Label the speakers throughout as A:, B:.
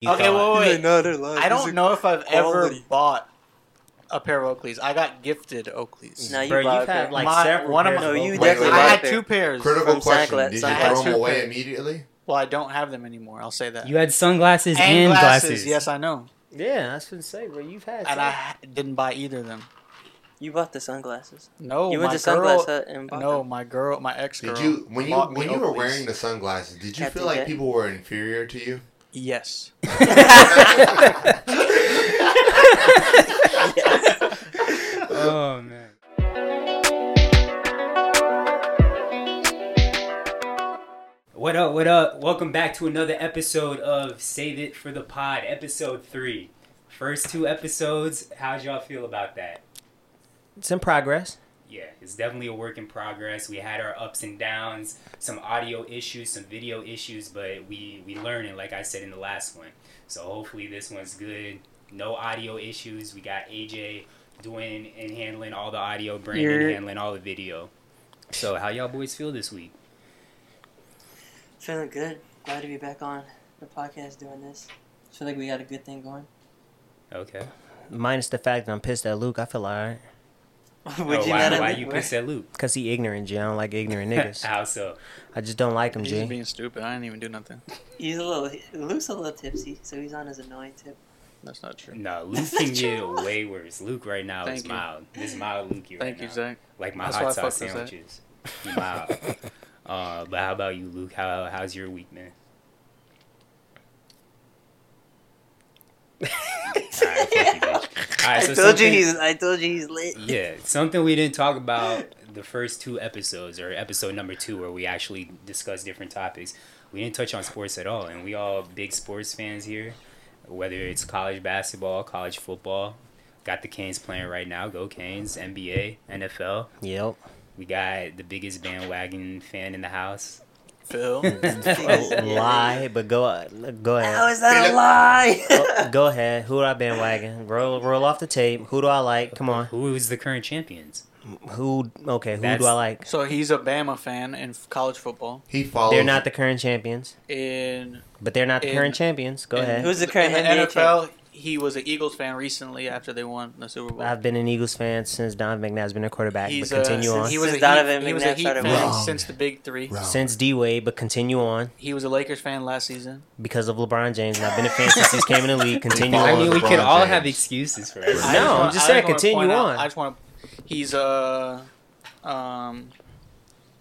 A: You
B: Okay,
A: thought.
B: well,
C: He's
B: wait.
C: like, "No, they're live.
B: I
C: These
B: don't
C: are
B: know if I've
C: quality."
B: ever bought a pair of Oakleys. I got gifted Oakleys.
C: No, you
A: Bro,
C: bought
A: you've
C: a
A: had
C: pair.
A: like
B: My-
A: several.
B: one of
A: pairs
B: my-
C: No, you
A: Oakleys.
C: definitely
B: I
C: bought
B: had
C: a pair.
B: two pairs.
D: Critical
C: From
D: question:
C: Sunglass-
D: Did you
C: Sunglass
D: throw them
B: Group.
D: away immediately?
B: Well, I don't have them anymore. I'll say that.
A: You had sunglasses and,
B: and
A: glasses.
B: glasses. Yes, I know.
A: Yeah, that's what I'm saying, bro. You've had.
B: And I ha- didn't buy either of them.
C: You bought the sunglasses.
B: No,
C: you
B: Oh, my
C: went to
B: girl-
C: Sunglass Hut and bought
B: No,
C: them.
B: my girl, my ex girl.
D: Did you when you
B: bought me
D: when you were
B: Oakleys.
D: wearing the sunglasses? Did you
C: Captain
D: feel like
C: Jack.
D: people were inferior to you?
B: Yes.
A: oh man. What up? What up? Welcome back to another episode of Save It for the Pod, episode three. First two episodes. How'd y'all feel about that?
E: It's in progress.
A: Yeah, it's definitely a work in progress. We had our ups and downs, some audio issues, some video issues, but we we learning, like I said in the last one. So hopefully this one's good. No audio issues. We got AJ doing and handling all the audio, Brandon
B: You're-
A: handling all the video. So how y'all boys feel this week?
C: Feeling good. Glad to be back on the podcast doing this. I feel like we got a good thing going.
A: Okay.
E: Minus the fact that I'm pissed at Luke, I feel alright.
C: Would
A: Oh,
C: you
A: why,
C: not
A: why
C: have
A: you
C: Luke
A: pissed at Luke?
E: Cause he ignorant, G. I don't like ignorant niggas.
A: how so?
E: I just don't like him,
B: He's just
E: G.
B: being stupid. I didn't even do nothing.
C: He's a little. Luke's a little tipsy, so he's on his annoying tip.
B: That's not true.
A: No, Luke can get way worse. Luke right now
B: Thank
A: is
B: you.
A: mild. This is mild Luke right
B: Thank you,
A: now.
B: Zach.
A: like my
B: That's why I
A: hot sauce
B: fuck with
A: sandwiches. Wow. Uh, but how about you, Luke? How how's your week, man? All right, fuck you, bitch. All right,
C: I
A: so
C: told
A: something-
C: you he's. I told you he's lit.
A: yeah, something we didn't talk about the first two episodes or episode number two where we actually discussed different topics. We didn't touch on sports at all, and we all big sports fans here. Whether it's college basketball, college football, got the Canes playing right now. Go Canes! NBA, NFL.
E: Yep.
A: We got the biggest bandwagon fan in the house.
B: Phil.
E: Lie, but go uh, go
C: How
E: ahead.
C: is that a lie?
E: Go ahead. Who do I bandwagon? Roll roll off the tape. Who do I like? Come on.
A: Who is the current champions?
E: Who? Okay. Who
A: That's-
E: do I like?
B: so he's a Bama fan in f- college football.
D: He follows.
E: They're not the current champions,
B: In
E: but they're not the
B: In-
E: current champions. Go
B: in-
E: ahead.
C: Who's the current
B: in the
C: NBA
B: NFL? He was an Eagles fan recently after they won the Super Bowl.
E: I've been an Eagles fan since Don McNabb's been a quarterback.
B: He's
E: but continue
B: a,
E: on.
B: He was a
C: Since Donovan
B: Heat, he was a
C: McNabb
B: Heat
C: started
B: fan
D: winning.
B: since the Big Three.
D: Wrong.
E: since D Wade, but continue on
B: He was a Lakers fan last season.
E: because of LeBron James. And I've been a fan since he's came in the league. Continue
D: I
A: I
D: follow
E: on.
D: mean,
A: mean,
D: we
A: we could
D: LeBron could all
A: all
D: James. have
A: have excuses for
D: everything.
A: everything.
B: I just
E: No,
B: wanna-
E: I'm just
B: I
E: saying,
B: wanna
E: continue
B: point out-
E: on.
B: I just want to. He's a um,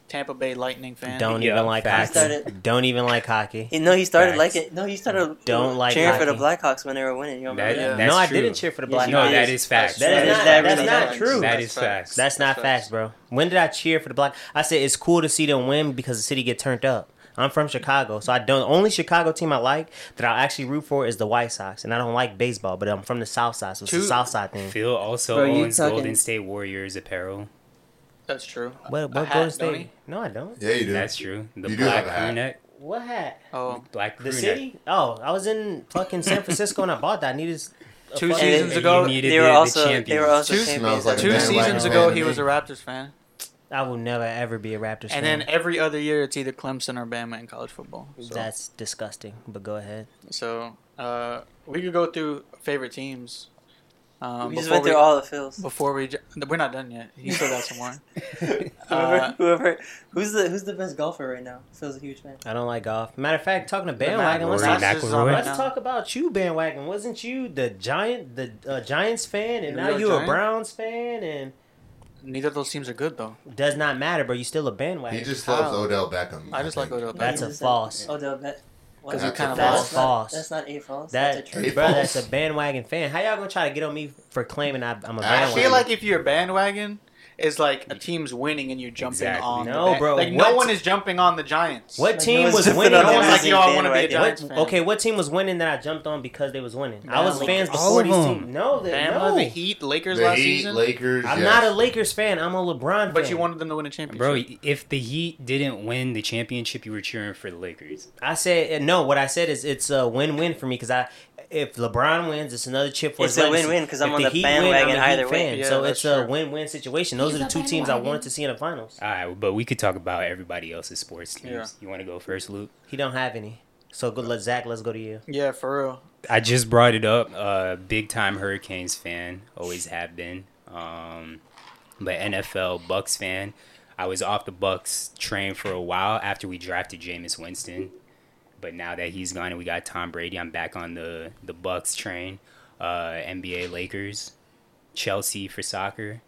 B: Tampa Bay Lightning fan.
E: Don't
A: Yeah,
E: even like
A: facts.
E: hockey.
C: Started-
E: Don't even like hockey.
C: He- No, he started
A: Facts.
C: like it. No, he started
E: Don't like
C: cheering for the
E: hockey.
C: Blackhawks when they were winning. You don't remember
A: That-
C: that?
B: Yeah.
A: That's
E: no,
A: true.
E: I didn't cheer for the
C: Yes,
E: Black.
C: you
A: No,
E: Hawks.
C: did.
A: that is facts.
E: That is not- that's not true.
A: That is facts.
E: That's not facts, bro. When did I cheer for the black? I said it's cool to see them win because the city get turned up. I'm from Chicago, so I don't. The only Chicago team I like that I actually root for is the White Sox, and I don't like baseball, but I'm from the South Side, so it's
B: Two-
E: the South Side thing.
A: Phil also
C: Bro, you
A: owns
C: talking-
A: Golden State Warriors apparel.
B: That's true. A
E: What? What
B: hat,
E: Golden
B: don't he?
E: State? No, I don't.
D: Yeah, you do.
A: That's true. The
D: You do
A: black
D: have a hat.
A: crew neck.
E: What hat?
B: Oh,
A: Black crew
E: The
A: neck.
E: city? Oh, I was in fucking San Francisco and I bought that. I needed a
B: Two
E: fucking-
B: seasons
A: And you
B: ago-
A: needed
C: They
A: the-
C: were
A: the
C: also- they
A: champions.
C: were also-
B: two,
D: Smells like a
B: two
C: bandwagon
B: seasons
D: fan
B: ago,
D: to
B: he
D: me.
B: was a Raptors fan,
E: I will never ever be a Raptors fan.
B: and then every other year it's either Clemson or Bama in college football. So,
E: that's disgusting. But go ahead.
B: so, uh, we could go through favorite teams. Um,
C: we just
B: before
C: went through
B: we-
C: all the fills.
B: Before we, ju- we're not done yet. You still got some more.
C: Whoever,
B: Uh,
C: whoever, who's the who's the best golfer right now? Phil's a huge fan.
E: I don't like golf. Matter of fact, talking to bandwagon, let's
A: Rory
E: talk,
A: Mac-
B: Masters is on right
E: let's
B: now.
E: talk about you, bandwagon. Wasn't you the giant, the uh, Giants fan,
B: You're
E: and now
B: a
E: you
B: Giant?
E: a Browns fan? And
B: Neither of those teams are good though.
E: does not matter, bro. You still a
D: He
E: bandwagon.
D: just loves
B: Wow.
D: Odell Beckham.
B: I just like Odell Beckham.
E: That's
C: No,
E: a
C: you just
E: false.
C: Said, Odell Oh, Bet. What?
B: Because
D: he kinda
C: that's
D: lost.
C: not-
E: False.
C: That's not a false.
E: that,
C: that's a
D: Hey,
C: true.
E: bro,
D: false.
E: that's a bandwagon fan. How y'all gonna try to get on me for claiming I, I'm a
D: I
B: I
E: bandwagon?
B: feel like if you're a bandwagon, it's like a team's winning and you're jumping
A: Exactly.
B: on. the
E: No,
B: ba-
E: bro,
B: Like
E: what-
B: no one is jumping on the Giants.
E: what
C: Like,
E: team
C: no one's
E: was
C: jumping
E: winning?
C: on
B: No one's
E: that
B: like,
E: I-
B: yo, I want to be a
C: bandwagon.
E: What-
B: Giants fan.
E: okay, what team was winning that I jumped on because they was winning? I was
C: Bama.
E: fans
A: All
E: before
A: of
E: these
A: them.
E: teams. No, they,
B: Bama,
E: no.
B: the Heat, Lakers
D: the
B: last
D: Heat,
B: season.
D: Lakers.
E: I'm
D: yes.
E: not a Lakers fan. I'm a LeBron fan.
B: But you wanted them to win a championship.
A: Bro, if the Heat didn't win the championship, you were cheering for the Lakers.
E: I said no. What I said is it's a win-win for me because I, if LeBron wins, it's another chip for. his
C: It's a
E: legacy.
C: win-win 'cause
E: If
C: I'm on the
E: Heat
C: bandwagon
E: I'm a Heat
C: either way.
E: fan.
B: Yeah,
E: so
B: that's
E: it's a
B: true.
E: win-win situation. Those are the two teams I wanted to see in the finals.
A: All right, but we could talk about everybody else's sports teams.
B: Yeah.
A: You want to go first, Luke?
E: He don't have any. So good. Let Zach. Let's go to you.
B: Yeah, for real.
A: I just brought it up. Uh, big time Hurricanes fan, always have been. Um, but NFL Bucks fan. I was off the Bucks train for a while after we drafted Jameis Winston, but now that he's gone and we got Tom Brady, I'm back on the the Bucks train. Uh, NBA Lakers, Chelsea for soccer.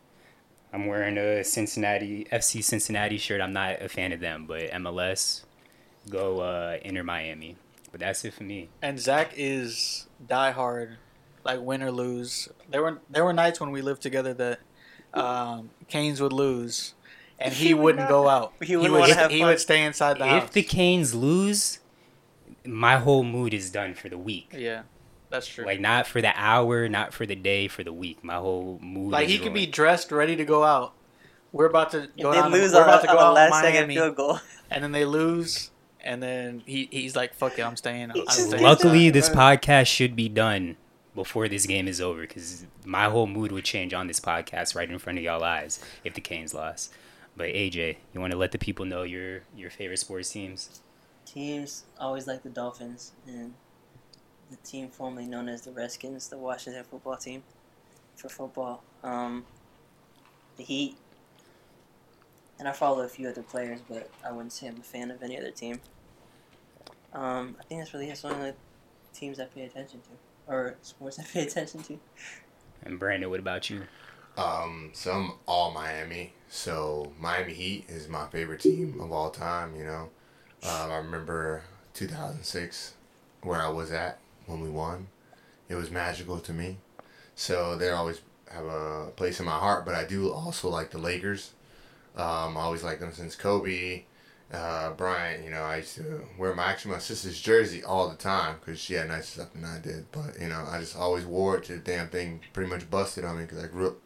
A: I'm wearing a Cincinnati FC Cincinnati shirt. I'm not a fan of them, but MLS, go uh, enter Miami. But that's it for me.
B: And Zach is diehard, like win or lose. There were there were nights when we lived together that um, Canes would lose, and he, wouldn't go out.
C: He wouldn't
B: would
C: wanna
B: st-
C: have
B: he
C: fun.
B: would stay inside the house.
A: If the Canes lose, my whole mood is done for the week.
B: yeah, that's true.
A: Like not for the hour, not for the day, for the week. My whole mood.
B: Like
A: is
B: he could be
A: ruined.
B: dressed, ready to go out. We're about to
C: If
B: go
C: they
B: down.
C: lose
B: we're
C: on,
B: about to
C: a-
B: go
C: on a
B: out to
C: last second
B: Miami,
C: field goal,
B: and then they lose, and then he he's like, "Fuck it, I'm staying." I'm
C: just
B: staying
A: Luckily,
B: inside."
A: this podcast should be done before this game is over because my whole mood would change on this podcast right in front of y'all eyes if the Canes lost. But AJ, you want to let the people know your your favorite sports teams?
C: teams always like the Dolphins and the team formerly known as the Redskins, the Washington football team for football. Um, the Heat, and I follow a few other players, but I wouldn't say I'm a fan of any other team. Um, I think that's really it's one of the teams I pay attention to, or sports I pay attention to.
A: And Brandon, what about you?
D: Um, so I'm all Miami. So Miami Heat is my favorite team of all time. You know, um, I remember 2006 where I was at when we won. It was magical to me. So they always have a place in my heart. But I do also like the Lakers. Um, I always liked them since Kobe, uh, Bryant. You know, I used to wear my actually my sister's jersey all the time because she had nicer stuff than I did. But you know, I just always wore it to the damn thing pretty much busted on me because I grew up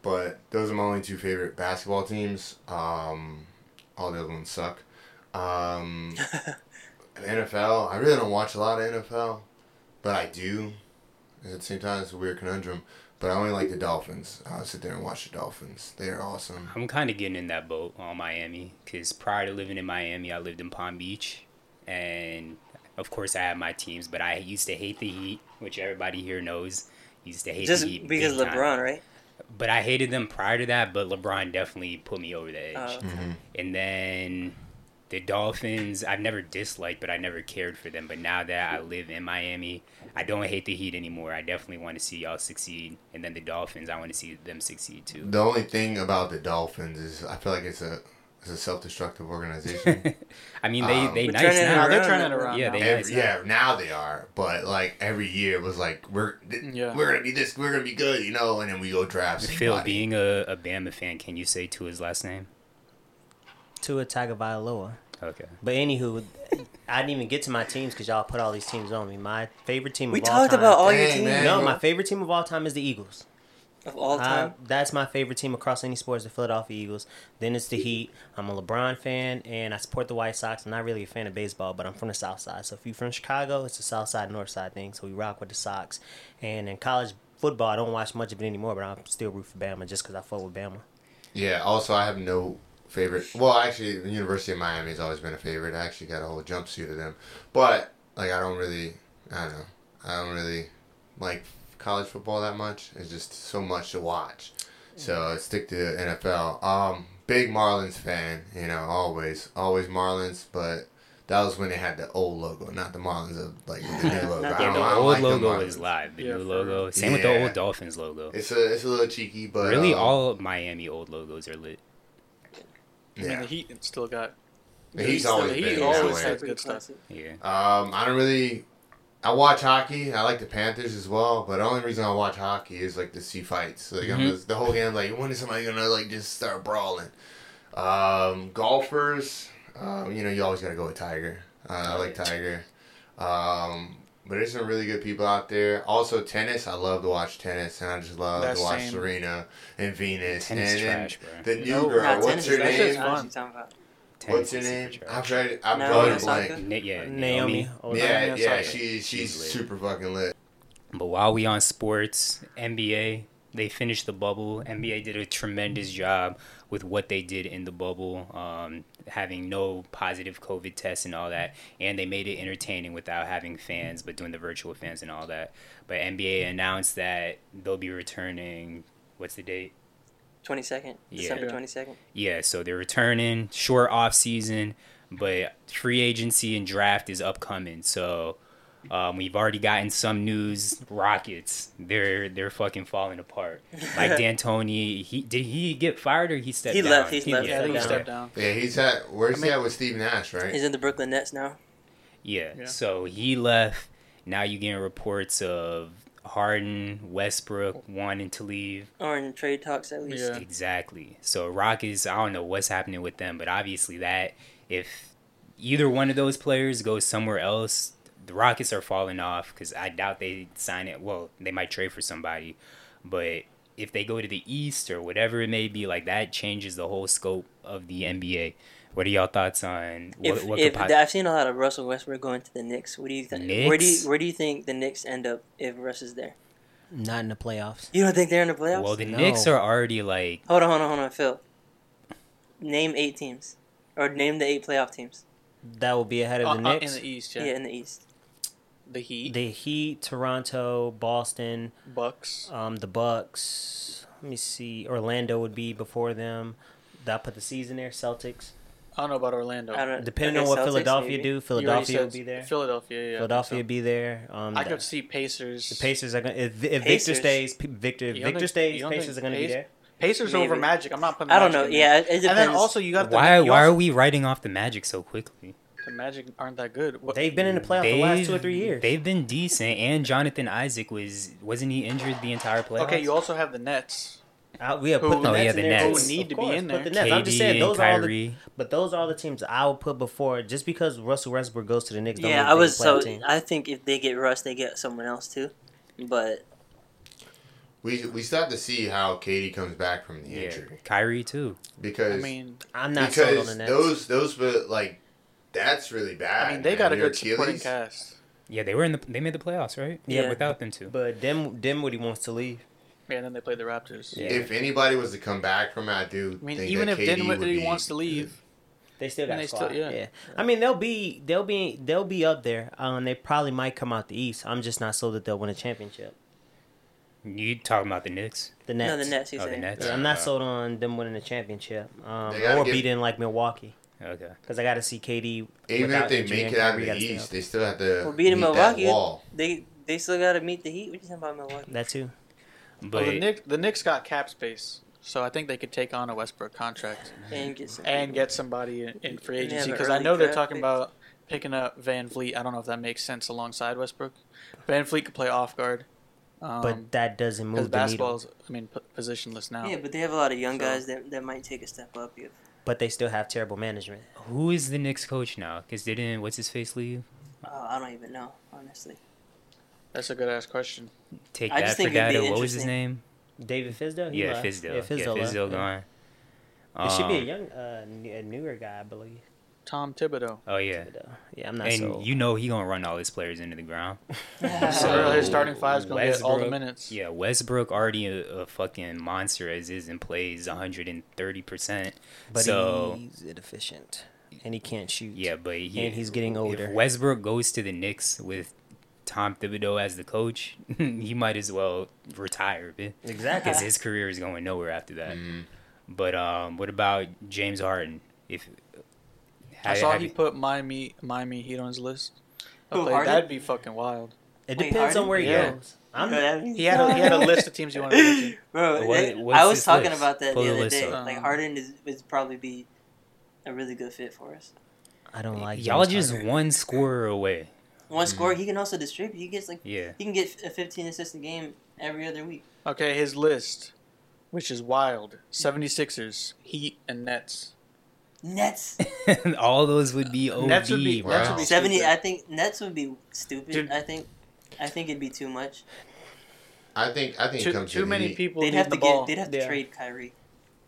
D: but those are my only two favorite basketball teams. Um, all the other ones suck. Um, NFL, I really don't watch a lot of NFL, but I do. At the same time, it's a weird conundrum. But I only like the Dolphins. I'll sit there and watch the Dolphins. They are awesome.
A: I'm kind of getting in that boat on Miami because prior to living in Miami, I lived in Palm Beach, and of course I had my teams, but I used to hate the Heat, which everybody here knows. Used to hate
C: Just
A: the Heat
C: because
A: big time.
C: LeBron, right?
A: But I hated them prior to that, but LeBron definitely put me over the edge.
C: Uh,
A: And then the Dolphins, I've never disliked, but I never cared for them. But now that I live in Miami, I don't hate the Heat anymore. I definitely want to see y'all succeed. And then the Dolphins, I want to see them succeed too.
D: The only thing about the Dolphins is I feel like it's a it's a self destructive organization.
A: I mean, they
D: Um,
A: they
C: We're
A: nice
C: turning it
A: now.
B: No, they're
C: around.
B: turning it around.
A: Yeah,
B: now.
A: they-
D: Every,
A: it's
D: yeah, now they are, but like every year it was like we're th-
B: Yeah.
D: we're gonna be this, we're gonna be good, you know, and then we go draft
A: Phil,
D: somebody.
A: being a, a Bama fan, can you say to his last name?
E: Tua Tagovailoa.
A: Okay.
E: But anywho, I didn't even get to my teams because y'all put all these teams on me. My favorite team.
C: we
E: of all
C: talked
E: time,
C: about all your
D: Dang,
C: teams
D: man.
E: No, my favorite team of all time is the Eagles.
C: of all
E: I-
C: time.
E: Uh, that's my favorite team across any sports, the Philadelphia Eagles. Then it's the Heat. I'm a LeBron fan, and I support the White Sox. I'm not really a fan of baseball, but I'm from the South Side. So if you're from Chicago, it's a South Side, North Side thing. So we rock with the Sox. And in college football, I don't watch much of it anymore, but I'm still root for Bama just because I fuck with Bama.
D: Yeah. Also, I have no favorite. Well, actually, the University of Miami has always been a favorite. I actually got a whole jumpsuit of them, but like I don't really, I don't know, I don't really like college football that much. It's just so much to watch. So
A: Mm.
D: I stick to the NFL. Um, big Marlins fan, you know, always, always Marlins. But that was when they had the old logo, not the Marlins of like the new logo.
C: Not
D: I
C: the
A: Yeah,
D: don't,
A: the
D: I
A: old
D: don't like the
A: logo
D: Marlins.
A: is live. The
B: Yeah,
A: new
B: for
A: logo. Same with
D: Yeah.
A: the old Dolphins logo.
D: It's a it's a little cheeky, but
A: really,
D: uh,
A: all Miami old logos are lit.
B: I mean,
D: yeah.
B: the Heat still got.
D: The
B: the
D: Heat's
B: Heat's still-
D: always
B: the Heat
D: been that
B: always
D: way.
B: has good stuff.
A: Yeah.
D: Um, I don't really. I watch hockey. I like the Panthers as well, but the only reason I watch hockey is like to see fights. Like I'm
A: Mhm.
D: just, the whole game, like when is somebody gonna like just start brawling? Um, golfers, um, you know, you always gotta go with Tiger. Uh, I like Tiger. Um, but there's some really good people out there. Also tennis, I love to watch tennis, and I just love
B: That's
D: to watch
B: same.
D: Serena and Venus
A: Tennis
D: and, then
A: trash, bro.
D: the new
B: No,
D: girl.
C: Not
D: What's
C: tennis,
D: her
C: that's
B: shit's
C: just
D: name?
B: fun.
C: what you talking about.
A: Tennis
D: What's her
A: is super
D: name?
A: trash.
D: I've read. I'm
C: Naomi
D: drawing a
C: Osaka?
D: blank.
A: Na- yeah,
E: Naomi.
B: Oh,
E: Naomi.
D: Yeah, yeah,
B: Osaka.
D: she, she's
A: She's lit.
D: super fucking lit.
A: But while we on sports, NBA, They finished the bubble. NBA did a tremendous job with what they did in the bubble, um, having no positive COVID tests and all that. And they made it entertaining without having fans, but doing the virtual fans and all that. But NBA announced that they'll be returning. What's the date?
C: Twenty second,
A: Yeah.
C: December
B: Yeah.
C: twenty second.
A: Yeah, so they're returning short off season, but free agency and draft is upcoming. So um, we've already gotten some news. Rockets, they're they're fucking falling apart. Like D'Antoni, he did he get fired or he stepped
C: He
A: down?
C: left, he left,
B: Yeah, I think
C: Yeah.
B: he stepped down.
D: Yeah, he's at where's
B: I mean-
D: he at with Steve Nash, right?
C: He's in the Brooklyn Nets now.
A: Yeah.
B: Yeah.
A: So he left. Now you're getting reports of Harden, Westbrook wanting to leave.
C: Or in trade talks at least.
B: Yeah.
A: Exactly. So Rockets, I don't know what's happening with them, but obviously that if either one of those players goes somewhere else, the Rockets are falling off because I doubt they sign it. Well, they might trade for somebody, but if they go to the East or whatever it may be, like that changes the whole scope of the NBA. What are y'all thoughts on what,
C: If,
A: what
C: if
A: pos-
C: I've seen a lot of Russell Westbrook going to the Knicks, what do you think? Where do
A: Knicks?
C: you, where do you think the Knicks end up if Russ is there?
E: Not in the playoffs.
C: You don't think they're in the playoffs?
A: Well, the
E: No.
A: Knicks are already like
C: hold on, hold on, hold on, Phil. Name eight teams, or name the eight playoff teams.
E: That will be ahead of the
B: Uh, uh,
E: Knicks.
B: in the E- East,
C: Yeah,
B: yeah.
C: in the East.
B: The Heat,
E: the Heat, Toronto, Boston,
B: Bucks.
E: um, the Bucks. Let me see. Orlando would be before them. That put the season there. Celtics.
B: I don't know about Orlando.
C: I don't.
E: Depending
C: okay,
E: on what
C: Celtics,
E: Philadelphia
C: maybe.
E: do,
B: You already
E: Philadelphia
B: said
E: will be there.
B: Philadelphia, yeah. I think
E: Philadelphia
B: so.
E: will be there. Um,
B: I
E: the-
B: could see Pacers.
E: the Pacers are gonna. If, if Victor
C: Pacers.
E: stays, P- Victor if
B: You don't
E: Victor
B: think-
E: stays,
B: you don't
E: Pacers
B: think
E: are gonna be
B: Pace-
E: there.
B: Pacers
C: Maybe.
B: over Magic. I'm not putting.
C: I don't
B: Magic
C: know.
B: in there.
C: Yeah, it, it depends.
B: And then also you got
A: why?
B: The, you
A: Why
B: also,
A: are we writing off the Magic so quickly?
B: The Magic aren't that good. What,
E: They've been in the playoffs the last two or three years.
A: They've been decent, and Jonathan Isaac was wasn't he injured the entire playoffs?
B: okay, you also have the Nets.
E: I, we have put
B: Who-
E: the
B: Oh,
E: Nets
A: yeah,
E: in
A: the
E: there.
A: Nets.
E: Of
A: Who
B: need to be
E: course,
B: in
E: Put the
A: KD
E: Nets. I'm just saying
A: and
E: those are all the.
A: Kyrie.
E: But those are all the teams I would put before just because Russell Westbrook goes to the Knicks. don't mean
C: yeah, I
E: they
C: was
E: play the
C: so.
E: team.
C: I think if they get Russ, they get someone else too. But
D: we we still have to see how Katie comes back from the
A: yeah,
D: injury
A: Kyrie too.
B: I
D: because
B: mean,
E: I'm not sold on
D: because
E: the Nets.
D: those those were like that's really bad.
B: I mean, they
D: man.
B: got a
D: Your
B: good supporting
D: Achilles-
B: cast.
A: Yeah, they were in the they made the playoffs, right?
C: Yeah.
A: without them too.
E: But Dem Dinwiddie wants to leave.
B: Yeah, and then they played the Raptors.
E: Yeah.
D: If anybody was to come back from it, I do.
B: I mean,
D: think
B: even
D: that
B: if
D: KD would
B: Dinwiddie
D: be-
B: wants to leave,
E: They still got
B: And they
E: squad.
B: still- yeah.
E: yeah. I mean, they'll be they'll be they'll be up there. Um, they probably might come out the East. I'm just not sold that they'll win a championship.
A: You talking about the Knicks?
E: The Nets.
C: no, the Nets. He's
A: Oh, the
C: saying.
A: Nets.
E: Yeah, I'm not sold on them winning a championship. Um,
D: They gotta
E: or
D: get-
E: beating like Milwaukee
A: Okay.
E: because I got to see KD.
D: even
E: without
D: if they
E: injury
D: make
E: and
D: it out
E: Kyrie
D: of the
E: gotta stay
D: East,
E: up.
D: they still have to
C: Well, beating
D: meet
C: Milwaukee-
D: that wall.
C: They they still got to meet the Heat. What you talking about Milwaukee?
E: that too.
B: well,
A: But
B: oh, the Knicks, the Knicks got cap space, so I think they could take on a Westbrook contract
C: And get some
B: and get somebody in, in free
C: And they have
B: agency
C: an
B: because I
C: early
B: know they're
C: draft
B: talking
C: pick.
B: about picking up Van Vliet. I don't know if that makes sense alongside Westbrook. Van Vliet could play off guard, um,
E: but that doesn't
B: because
E: move the needle.
B: basketball's I mean p- positionless now.
C: Yeah, but they have a lot of young
B: So-
C: guys that, that might take a step up. If
E: But they still have terrible management.
A: who is the Knicks coach now? Because didn't what's his face leave?
C: uh, I don't even know, honestly.
B: That's a good ass question.
A: Take
C: I
A: that
C: just
A: for
C: think it'd
A: that.
C: be
A: or What was his
C: interesting.
A: name?
E: David Fizdale. Oh, he
A: Yeah,
E: left.
A: Fizdale.
E: Yeah,
A: Yeah,
E: Fizdale, left.
A: Fizdale
E: Yeah.
A: gone.
E: It should be a
A: Um,
E: young, uh, n- a newer guy, I believe.
B: Tom Thibodeau.
A: Oh yeah.
E: But, uh, yeah, I'm not
A: And
E: sold.
A: you know he gonna run all his players into the ground.
B: So his starting five's gonna get all the
A: Westbrook-
B: minutes.
A: Yeah, Westbrook already a, a fucking monster as is and plays 130%.
E: but
A: so,
E: he's inefficient and he can't shoot.
A: yeah, but he,
E: and he's getting older.
A: If Westbrook goes to the Knicks with Tom Thibodeau as the coach, he might as well retire
E: exactly.
A: because his career is going nowhere after that.
B: Mm.
D: Mm-hmm.
A: But um, what about James Harden? If
B: I
A: have-
B: saw
A: have
B: he
A: you-
B: put Miami Miami Heat on his list. I
C: Who,
B: played-
C: Harden?
B: that'd be fucking wild.
E: It
C: Wait,
E: depends on
C: Harden?
E: where he
B: Yeah.
E: goes. I'm
B: He had a, he had a list of teams he wanted to mention.
C: Bro,
A: What-
C: they-
A: what's
C: I was
A: his
C: talking
A: list?
C: about that
A: Pull the
C: the other
A: list
C: day.
A: up.
C: Like
B: Um,
C: Harden is would probably be a really good fit for us.
E: I don't like
A: y'all
E: James
A: just
E: Harden.
A: one scorer away.
C: One score, he can also distribute. He gets like
A: Hmm. Yeah.
C: he can get a 15 assist a game every other week.
B: Okay, his list, which is wild 76ers, Heat, and Nets.
C: Nets
A: all those would be OD.
B: Nets would be-
A: bro.
D: Nets would be
C: 70.
B: stupid.
C: I think Nets would be stupid.
B: Dude.
C: I think I think it'd be too much.
D: I think I think it
B: Too,
D: comes
B: too
D: to
B: many
D: the,
B: people
C: They'd
B: need
C: have
B: the
C: to
B: ball.
C: get. They'd have to
E: Yeah.
C: trade Kyrie.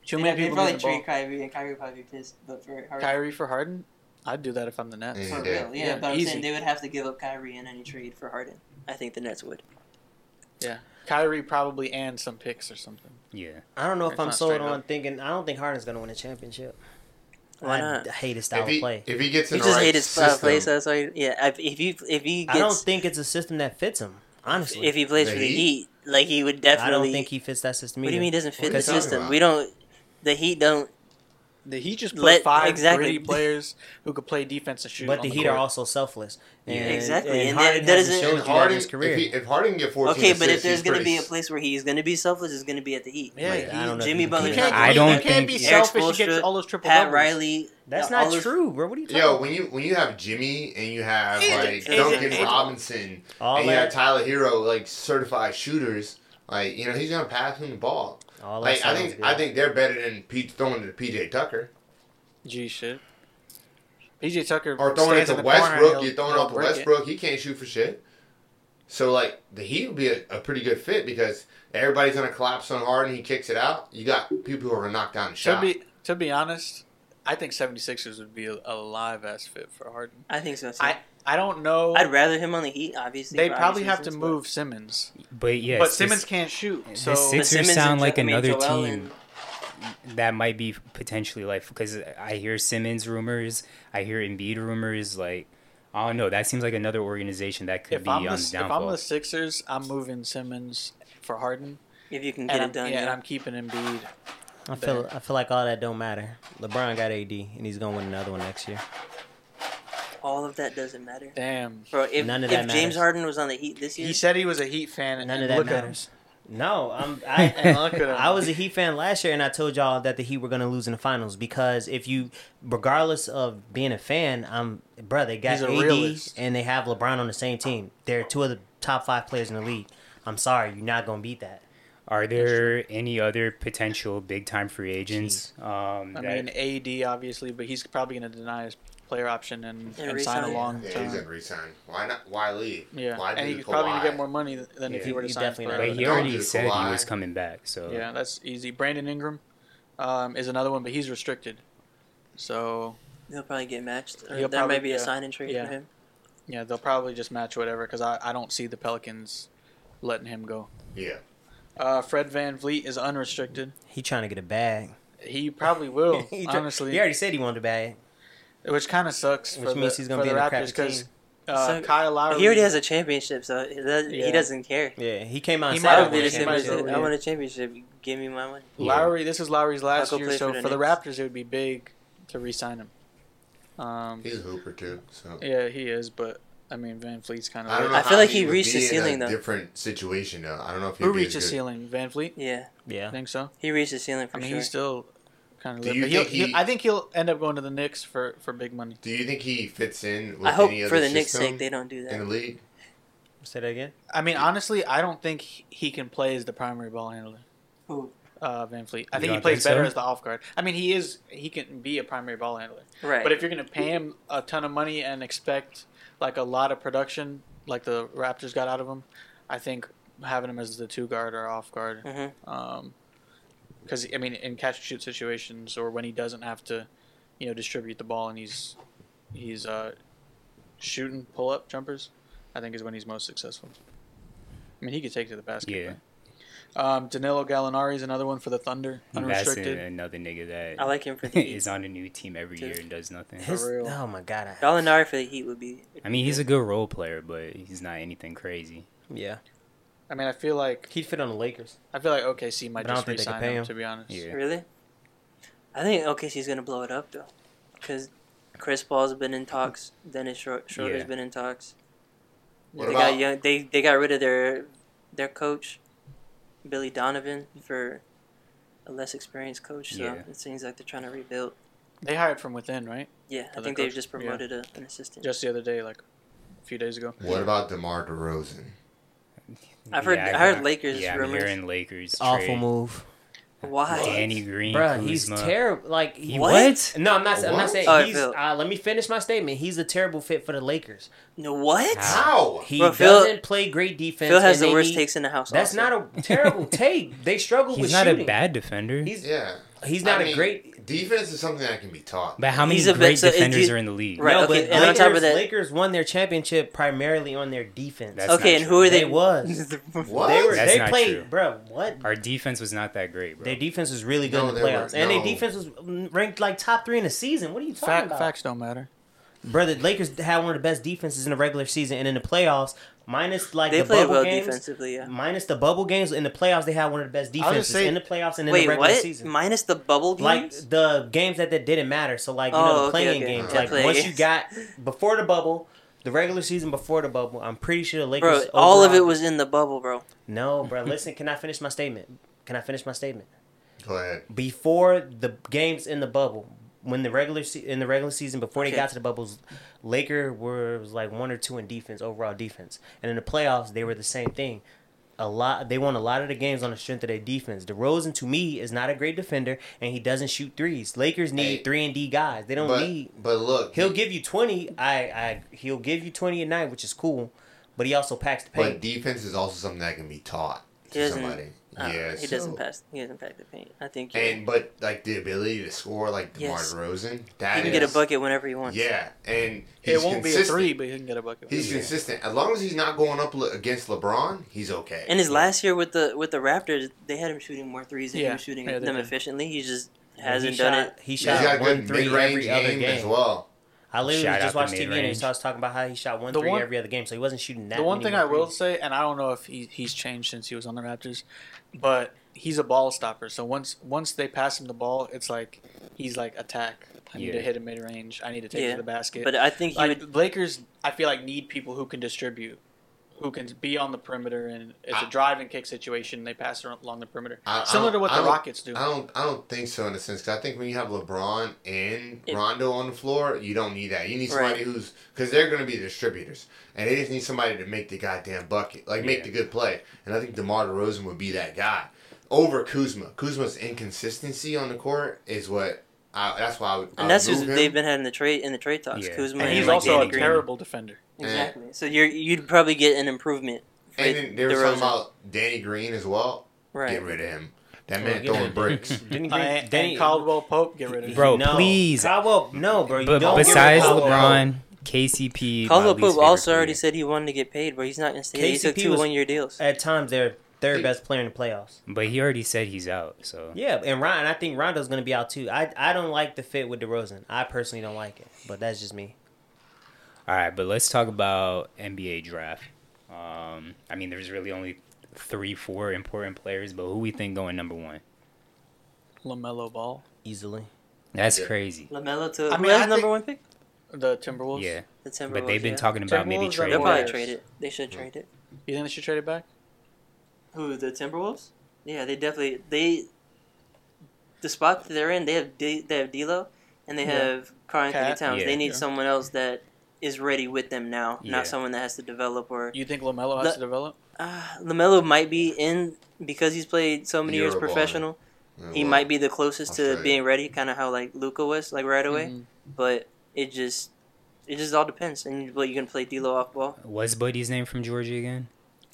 B: too
C: They'd
B: many
C: have- they'd
B: people
C: probably
B: need the ball.
C: trade Kyrie, and Kyrie would probably be pissed. But for Harden,
B: Kyrie for Harden? I'd do that if I'm the Nets.
D: Yeah.
C: For
D: Yeah.
C: real, yeah.
B: Yeah,
C: but I'm
B: easy.
C: saying they would have to give up Kyrie in any trade for Harden. I think the Nets would.
B: Kyrie probably and some picks or something.
A: Yeah.
E: I don't know if
B: It's
E: I'm
B: not
E: sold
B: straight
E: on
B: up.
E: thinking. I don't think Harden's gonna win a championship.
C: Why
E: I
C: not?
E: d- hate his style
D: If
E: of
D: he,
E: play.
D: if he gets in
C: You
D: the
C: just
D: right
C: hate his style of play. So
D: system-
C: that's why. Yeah, I- if you if he gets
E: I don't think it's a system that fits him. Honestly,
C: if he plays
D: The
C: for the
D: Heat?
C: Heat, like he would definitely.
E: I don't think he fits that system.
C: What do
E: either.
C: you mean doesn't fit
D: are
C: the
D: you talking
C: system?
D: about?
C: We don't. The Heat don't.
B: The Heat just put
C: Let-
B: five
C: exactly.
B: gritty players who could play defense and shoot.
E: But
B: on
E: the
B: the,
E: Heat
B: court.
E: are also selfless.
A: Yeah.
E: And,
C: Exactly,
E: And,
C: and that-
E: Harden
C: that
E: hasn't
C: isn't-
E: showed
D: And
E: you that in
D: Harden,
E: his
D: if,
E: career.
D: he, if Harden get 14
C: Okay, but if
D: assists,
C: there's
D: he's
C: going to be a
D: pretty-
C: place where he's going to be selfless, it's going to be at the Heat.
B: Yeah,
E: Right, I
B: he-
E: don't know if
C: Jimmy
E: you can
C: Butler,
E: do
B: you
E: that.
B: can't,
A: I
B: you
A: don't
B: can't
A: think-
B: be
A: Eric
B: selfish and
C: Spoelstra,
B: get all those triple
C: Pat
B: doubles.
C: Riley.
E: That's
C: all
E: not
C: those-
E: true, bro. What are you talking
D: Yo,
E: about?
D: when you when you have Jimmy and you have
B: Agent-
D: like
C: agent-
D: Duncan
C: agent-
D: Robinson
E: All
D: and you
E: that-
D: have Tyler Hero, like certified shooters, like you know he's gonna pass him the ball.
E: All that
D: Like I
E: sounds
D: think
E: good.
D: I think they're better than P- throwing it to PJ Tucker
B: Gee shit. PJ Tucker
D: or throwing it
B: stands
D: to
B: in the corner and
D: Westbrook.
B: he'll-
D: You're throwing
B: he'll
D: off to
B: brick it.
D: Westbrook. He can't shoot for shit. So like the Heat would be a, a pretty good fit because everybody's gonna collapse on Harden. He kicks it out. You got people who are gonna knock down the
B: To
D: shot.
B: be to be honest, I think 76ers would be a, a live ass fit for Harden.
C: I think so too.
B: I I don't know.
C: I'd rather him on the Heat, obviously.
B: they
C: for
B: probably
C: obvious
B: have to
C: reasons, but-
B: move Simmons,
A: But yeah,
B: but
A: it's
B: Simmons
A: just-
B: can't shoot.
A: the
B: So
A: Sixers
C: Simmons and
A: sound
C: Jo-
A: like
C: I mean,
A: another
C: Joel
A: team that might be potentially like because I hear Simmons rumors, I hear Embiid rumors. Like I don't know, that seems like another organization that could
B: if
A: be
B: I'm
A: on
B: the,
A: the
B: if
A: downfall.
B: I'm the Sixers, I'm moving Simmons for Harden,
C: If you
B: and
C: can get
B: I'm,
C: it done,
B: yeah,
C: yeah.
B: and I'm keeping Embiid.
E: I feel I feel like all that don't matter. LeBron got AD, and he's gonna win another one next year.
C: all of that doesn't matter.
B: Damn,
C: Bro, if,
E: None of
C: if
E: that
C: James
E: matters.
C: Harden was on the Heat this year,
B: he said he was a Heat fan, and
E: None of
B: and
E: that
B: look
E: matters. No, I'm. I,
B: At him. Look at him.
E: I was a Heat fan last year, and I told y'all that the Heat were gonna lose in the finals because if you, regardless of being a fan, I'm bro. They got
B: He's a
E: AD
B: realist.
E: and they have LeBron on the same team. They're two of the top five players in the league. I'm sorry, you're not gonna beat that.
A: Are there any other potential big time free agents? Um,
B: I
A: that,
B: mean, AD obviously, but he's probably going to deny his player option and,
C: And
B: and sign a
C: resign.
B: long
D: yeah, he's
B: term.
D: gonna resign. Why not? Why leave?
B: Yeah,
D: Why
B: and
D: do
B: he's
D: Kawhi?
B: probably going to get more money th- than if
E: Yeah,
B: he were to
E: he's
B: sign
E: definitely
B: for
A: but
E: not.
A: he
D: Don't
A: already
D: do
A: said he
D: Kawhi.
A: was coming back, so
B: Yeah, that's easy. Brandon Ingram um, is another one, but he's restricted. So
C: he'll probably get matched. Or
B: He'll
C: there
B: probably-
C: might be a
B: yeah.
C: sign and trade
B: Yeah.
C: for him.
B: yeah, they'll probably just match whatever because I, I don't see the Pelicans letting him go.
D: Yeah.
B: Uh, Fred Van Vliet is unrestricted.
E: He trying to get a bag.
B: He probably will,
E: He try-
B: Oh, honestly,
E: he already said he wanted a bag.
B: which kind of sucks
E: Which
B: for
E: means
B: the,
E: he's gonna
B: for
E: be
B: the
E: in a crappy
B: Raptors because
E: team.
B: uh,
C: So,
B: Kyle Lowry.
C: He already has a championship, so he doesn't,
B: Yeah.
C: he doesn't care.
E: Yeah, he came out.
B: He
E: and
B: might
E: said,
C: I
E: "I
B: have
C: would
E: want a
C: be the
B: won
C: same
B: might as
C: as
E: championship."
B: well,
C: I
B: yeah.
C: want a championship. Give me my money.
B: Lowry. This is Lowry's last
C: I'll go
B: year,
C: play
B: so
C: for the
B: for the
C: Knicks.
B: Raptors, it would be big to re-sign him. Um,
D: He's a hooper too. So
B: yeah, he is, but I mean, Van Vliet's kind
D: I don't
B: of.
D: know.
C: I feel
D: how
C: like he
D: would
C: reached
D: be
C: his
D: in a
C: ceiling, though.
D: Different situation though. I don't know if he
B: Who reached his ceiling? Van Vliet.
C: Yeah,
E: Yeah.
B: I think so.
C: he reached the ceiling for
B: I mean,
C: sure.
B: he's still kind of.
D: Do
B: Li-
D: you
B: but he'll,
D: think he-
B: he'll- I think he'll end up going to the Knicks for for big money.
D: Do you think he fits in? With
C: I hope
D: any
C: for
D: other
C: the Knicks'
D: system
C: sake they don't do
D: in the
C: that.
D: league.
E: Say that again.
B: I mean, honestly, I don't think he- he can play as the primary ball handler.
C: Who?
B: Uh, Van Fleet. I
A: You
B: think he
A: don't
B: plays
A: think
B: better
A: so?
B: as the off guard. I mean, he is. He can be a primary ball handler.
C: Right.
B: But if you're going to pay him a ton of money and expect like a lot of production, like the Raptors got out of him, I think having him as the two guard or off guard,
C: Mhm.
B: because I mean, in catch and shoot situations or when he doesn't have to, you know, distribute the ball and he's he's uh, shooting pull up jumpers, I think is when he's most successful. I mean, he could take to the basket.
A: yeah,
B: but- Um, Danilo Gallinari is another one for the Thunder,
A: that's
B: unrestricted.
A: another nigga that
C: I like him for the
A: is
C: Heat.
A: on a new team every
C: Dude.
A: year and does nothing.
E: His-
B: real.
E: oh my god. I,
C: Gallinari for the Heat would be.
A: I mean, he's a good role player, but he's not anything crazy.
E: yeah.
B: I mean, I feel like
E: He'd fit on the Lakers.
B: I feel like OKC might
E: But I
B: just
E: don't think they could
B: resign
E: pay
B: him,
E: him.
B: to be honest.
A: Yeah.
C: Really? I think OKC's gonna blow it up though, because Chris Paul's been in talks. Dennis Schro- Schroeder's
A: Yeah.
C: been in talks.
D: What
C: they
D: about
C: got young. They they got rid of their their coach, Billy Donovan, for a less experienced coach. So
A: Yeah.
C: it seems like they're trying to rebuild.
B: They hired from within, right?
C: Yeah, I
B: Other
C: think they've
B: coach-
C: just
B: yeah.
C: promoted a, an assistant.
B: Just the other day, like a few days ago.
D: What about DeMar DeRozan?
C: I've heard-
A: Yeah,
C: I heard
A: got-
C: Lakers
A: Yeah, I'm
C: rumors.
A: hearing Lakers.
E: Awful
A: trade.
E: move,
C: Why?
A: Danny Green,
E: bro. He's
A: Kuzma.
E: terrible. Like he,
C: What?
E: No, I'm not. I'm not
D: What?
E: saying
C: Oh, I
E: he's.
C: feel-
E: Uh, let me finish my statement. He's a terrible fit for the Lakers.
C: No, what?
A: How?
D: How?
E: He
C: Bro, Phil-
E: doesn't play great defense.
C: Phil has
E: and
C: the
E: they
C: worst
E: need-
C: takes in the house.
E: That's
C: also.
E: not a terrible take. They struggle
A: He's
E: with
A: not
E: shooting.
A: a bad defender.
E: He's
D: Yeah.
E: He's not
D: I
E: a
D: mean,
E: great.
D: defense is something that can be taught.
A: But how many
C: He's a
A: great
C: vet, so it-
A: defenders
C: you-
A: are in the league?
C: Right,
E: no,
C: okay,
E: but
C: and
E: Lakers,
C: on top of that-
E: Lakers won their championship primarily on their defense.
A: That's-
C: Okay,
A: not
C: and
A: true.
C: who are
E: they,
C: they?
E: was.
D: What?
E: They were.
A: That's
E: they
A: not
E: played,
A: true.
E: bro. What?
A: Our defense was not that great, bro.
E: Their defense was really good
D: No,
E: in the
D: they were-
E: playoffs, and their
D: no.
E: defense was mm, ranked like top three in the season. What are you talking
B: Fact,
E: about?
B: facts don't matter.
E: Brother, Lakers had one of the best defenses in the regular season and in the playoffs, minus like
C: They
E: the
C: played
E: bubble
C: well
E: games.
C: defensively. Yeah.
E: Minus the bubble games in the playoffs, they had one of the best
F: I was
E: defenses
F: just saying-
E: in the playoffs and in
C: Wait,
E: the regular
C: what?
E: season.
C: Minus the bubble
E: like
C: games?
E: the games that, that didn't matter. So like you
C: Oh,
E: know the
C: okay,
E: playing
C: okay.
E: games.
C: Yeah,
E: Like
C: play-
E: once you got before the bubble, the regular season before the bubble, I'm pretty sure the
C: bro,
E: Lakers.
C: all of it
E: overall-
C: was in the bubble, bro.
E: no, bro. Listen, can I finish my statement? Can I finish my statement?
D: Go ahead.
E: before the games in the bubble, when the regular se- in the regular season before they
C: Okay.
E: got to the bubbles, Laker were was like one or two in defense overall defense, and in the playoffs they were the same thing. A lot they won a lot of the games on the strength of their defense. DeRozan to me is not a great defender, and he doesn't shoot threes. Lakers need
D: Hey.
E: three and D guys. They don't
D: But,
E: need.
D: but look,
E: He'll give you twenty. I I he'll give you twenty a night, which is cool, but he also packs the
D: but
E: paint.
D: defense is also something that can be taught
C: He
D: to
C: doesn't-
D: somebody.
C: I don't know.
D: yeah,
C: Uh, he
D: so-
C: doesn't pass. He doesn't pack the paint. I think you
D: And but like the ability to score, like DeMar
C: Yes.
D: DeRozan,
C: he
D: that
C: can get a
D: is-
C: bucket whenever he wants.
D: Yeah, and he's
B: it won't
D: consistent.
B: be a three, but he can get a bucket.
D: He's consistent as long as he's not going up le- against LeBron. He's okay.
C: And his last year with the with the Raptors, they had him shooting more threes than he
B: Yeah.
C: was shooting
B: Yeah, they
C: them
B: did.
C: efficiently. He just
E: And he
C: hasn't done
E: shot-
C: it.
E: He
D: he's
E: shot
D: got a
E: one
D: good
E: three
D: mid-range
E: every other
D: game,
E: game.
D: as well.
E: I literally
A: Shout
E: just
A: out
E: watched
A: the
E: TV and
A: mid-range.
E: he was talking about how he shot one
B: The
E: three
B: one-
E: every other game, so he wasn't shooting that.
B: The one
E: many
B: thing I will
E: threes.
B: say, and I don't know if he, he's changed since he was on the Raptors, but he's a ball stopper. So once once they pass him the ball, it's like he's like attack. I need
A: Yeah.
B: to hit a mid range. I need to take it
C: Yeah.
B: to the basket.
C: But I think he
B: like uh,
C: would.
B: Lakers, I feel like need people who can distribute, who can be on the perimeter, and it's a
D: I-
B: drive and kick situation. They pass ar- along the perimeter,
D: I- I
B: similar to
D: don't-
B: what
D: I
B: the
D: don't-
B: Rockets do.
D: I don't. I don't think so in a sense. 'cause I think when you have LeBron and
C: It-
D: Rondo on the floor, you don't need that. You need
C: Right.
D: somebody who's because they're going to be distributors, and they just need somebody to make the goddamn bucket, like make
A: Yeah.
D: the good play. And I think DeMar DeRozan would be that guy over Kuzma. Kuzma's inconsistency on the court is what. I, that's why I would. I
C: And that's
D: would
C: who's
D: move him.
C: they've been having the trade in the trade talks.
A: Yeah.
C: Kuzma
B: and
A: I
B: he's
A: mean, like
B: also
A: Danny
B: a
A: Green.
B: terrible defender.
C: Exactly. So you're you'd probably get an improvement. for
D: And then they were
C: DeRozan.
D: talking about Danny Green as well.
C: right.
D: Get rid of him. That
E: Well,
D: man
E: get
D: throwing
E: him.
D: bricks.
E: Didn't
B: Uh,
E: Green-
B: and
E: Danny-
B: Caldwell Pope, get rid of him.
A: Bro,
E: no.
A: please.
E: Caldwell, no, bro. You
A: But
E: don't get rid of
A: besides
E: Caldwell.
A: LeBron, KCP. my
C: Caldwell
A: least
C: Pope
A: favorite
C: also already
A: player.
C: said he wanted to get paid, but he's not going to stay. there. He took
E: KCP
C: two
E: was-
C: one-year deals.
E: at times they're third best player in the playoffs.
A: But he already said he's out. So
E: Yeah, and Ron, I think Rondo's gonna be out too. I I don't like the fit with DeRozan. I personally don't like it, but that's just me.
A: all right, but let's talk about NBA draft. Um, I mean, there's really only three, four important players, but who we think going number one?
B: Lamelo Ball,
E: Easily,
A: That's
D: Yeah.
A: crazy.
C: Lamelo to
B: I
C: who
B: mean,
C: has
B: I
C: number
B: think-
C: one pick?
B: the Timberwolves.
A: Yeah,
C: The Timberwolves.
A: but they've been
C: yeah.
A: talking about maybe
B: Timberwolves are
A: trading.
C: They'll probably
B: Warriors.
C: trade it. They should trade it.
B: You think they should trade it back?
C: Who the Timberwolves? Yeah, they definitely they. The spot that they're in, they have D, they have D'Lo, and they
B: Yeah.
C: have Carl Anthony
B: Cat.
C: Towns.
A: Yeah.
C: They need
B: Yeah.
C: someone else that is ready with them now,
A: Yeah.
C: not someone that has to develop or
B: You think Lamelo has
C: Le-
B: to develop?
C: Uh, Lamelo might be in because he's played so many years
D: Euroball.
C: professional. He
D: Well,
C: might be the closest to
D: Australia.
C: being ready, kind of how like Luca was, like right away.
B: Mm-hmm.
C: But it just, it just all depends. And you, but you can play D'Lo off ball,
A: What's Buddy's name from Georgia again?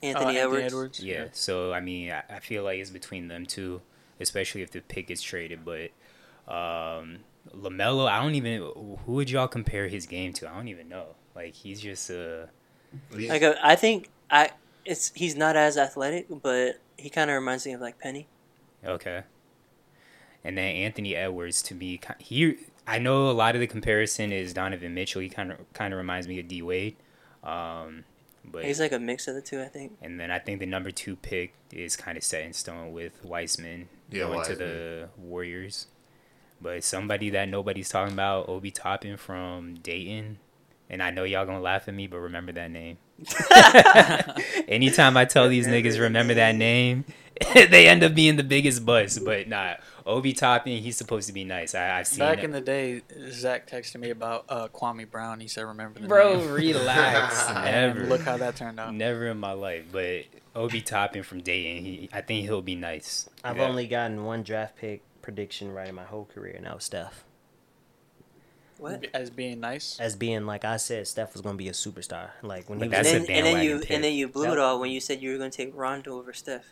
B: Uh,
C: Anthony Edwards.
A: Yeah. So I mean, I, I feel like it's between them two, especially if the pick is traded. But um, Lamelo, I don't even. Who would y'all compare his game to? I don't even know. Like he's just uh
D: He's-
C: Like uh, I think I, it's he's not as athletic, but he kind of reminds me of like Penny.
A: okay. And then Anthony Edwards to me, ki- he. I know a lot of the comparison is Donovan Mitchell. He kind of kind of reminds me of D Wade. Um, but
C: He's like a mix of the two, I think.
A: And then I think the number two pick is kind of set in stone with Weissman
D: Yeah,
A: going to
D: Wiseman.
A: the Warriors. But somebody that nobody's talking about, Obi Toppin from Dayton. And I know y'all gonna laugh at me, but remember that name. Anytime I tell these niggas remember that name, they end up being the biggest bust. But nah, Obi Toppin, he's supposed to be nice. I, I've seen
B: Back
A: it.
B: in the day, Zach texted me about uh, Kwame Brown. He said, "Remember the
A: bro,
B: name."
A: relax.
B: And
A: Never.
B: Look how that turned out.
A: Never in my life, but Obi Toppin from Dayton, he I think he'll be nice.
E: I've
A: Yeah.
E: only gotten one draft pick prediction right in my whole career, and that was Steph.
C: What?
B: As being nice.
E: As being like I said, Steph was gonna be a superstar. Like when
A: But
E: he was
A: That's
E: in
A: a
C: and, then, and then
A: bandwagon
C: you
A: pick.
C: and then you blew
E: Yep.
C: it all when you said you were going to take Rondo over Steph.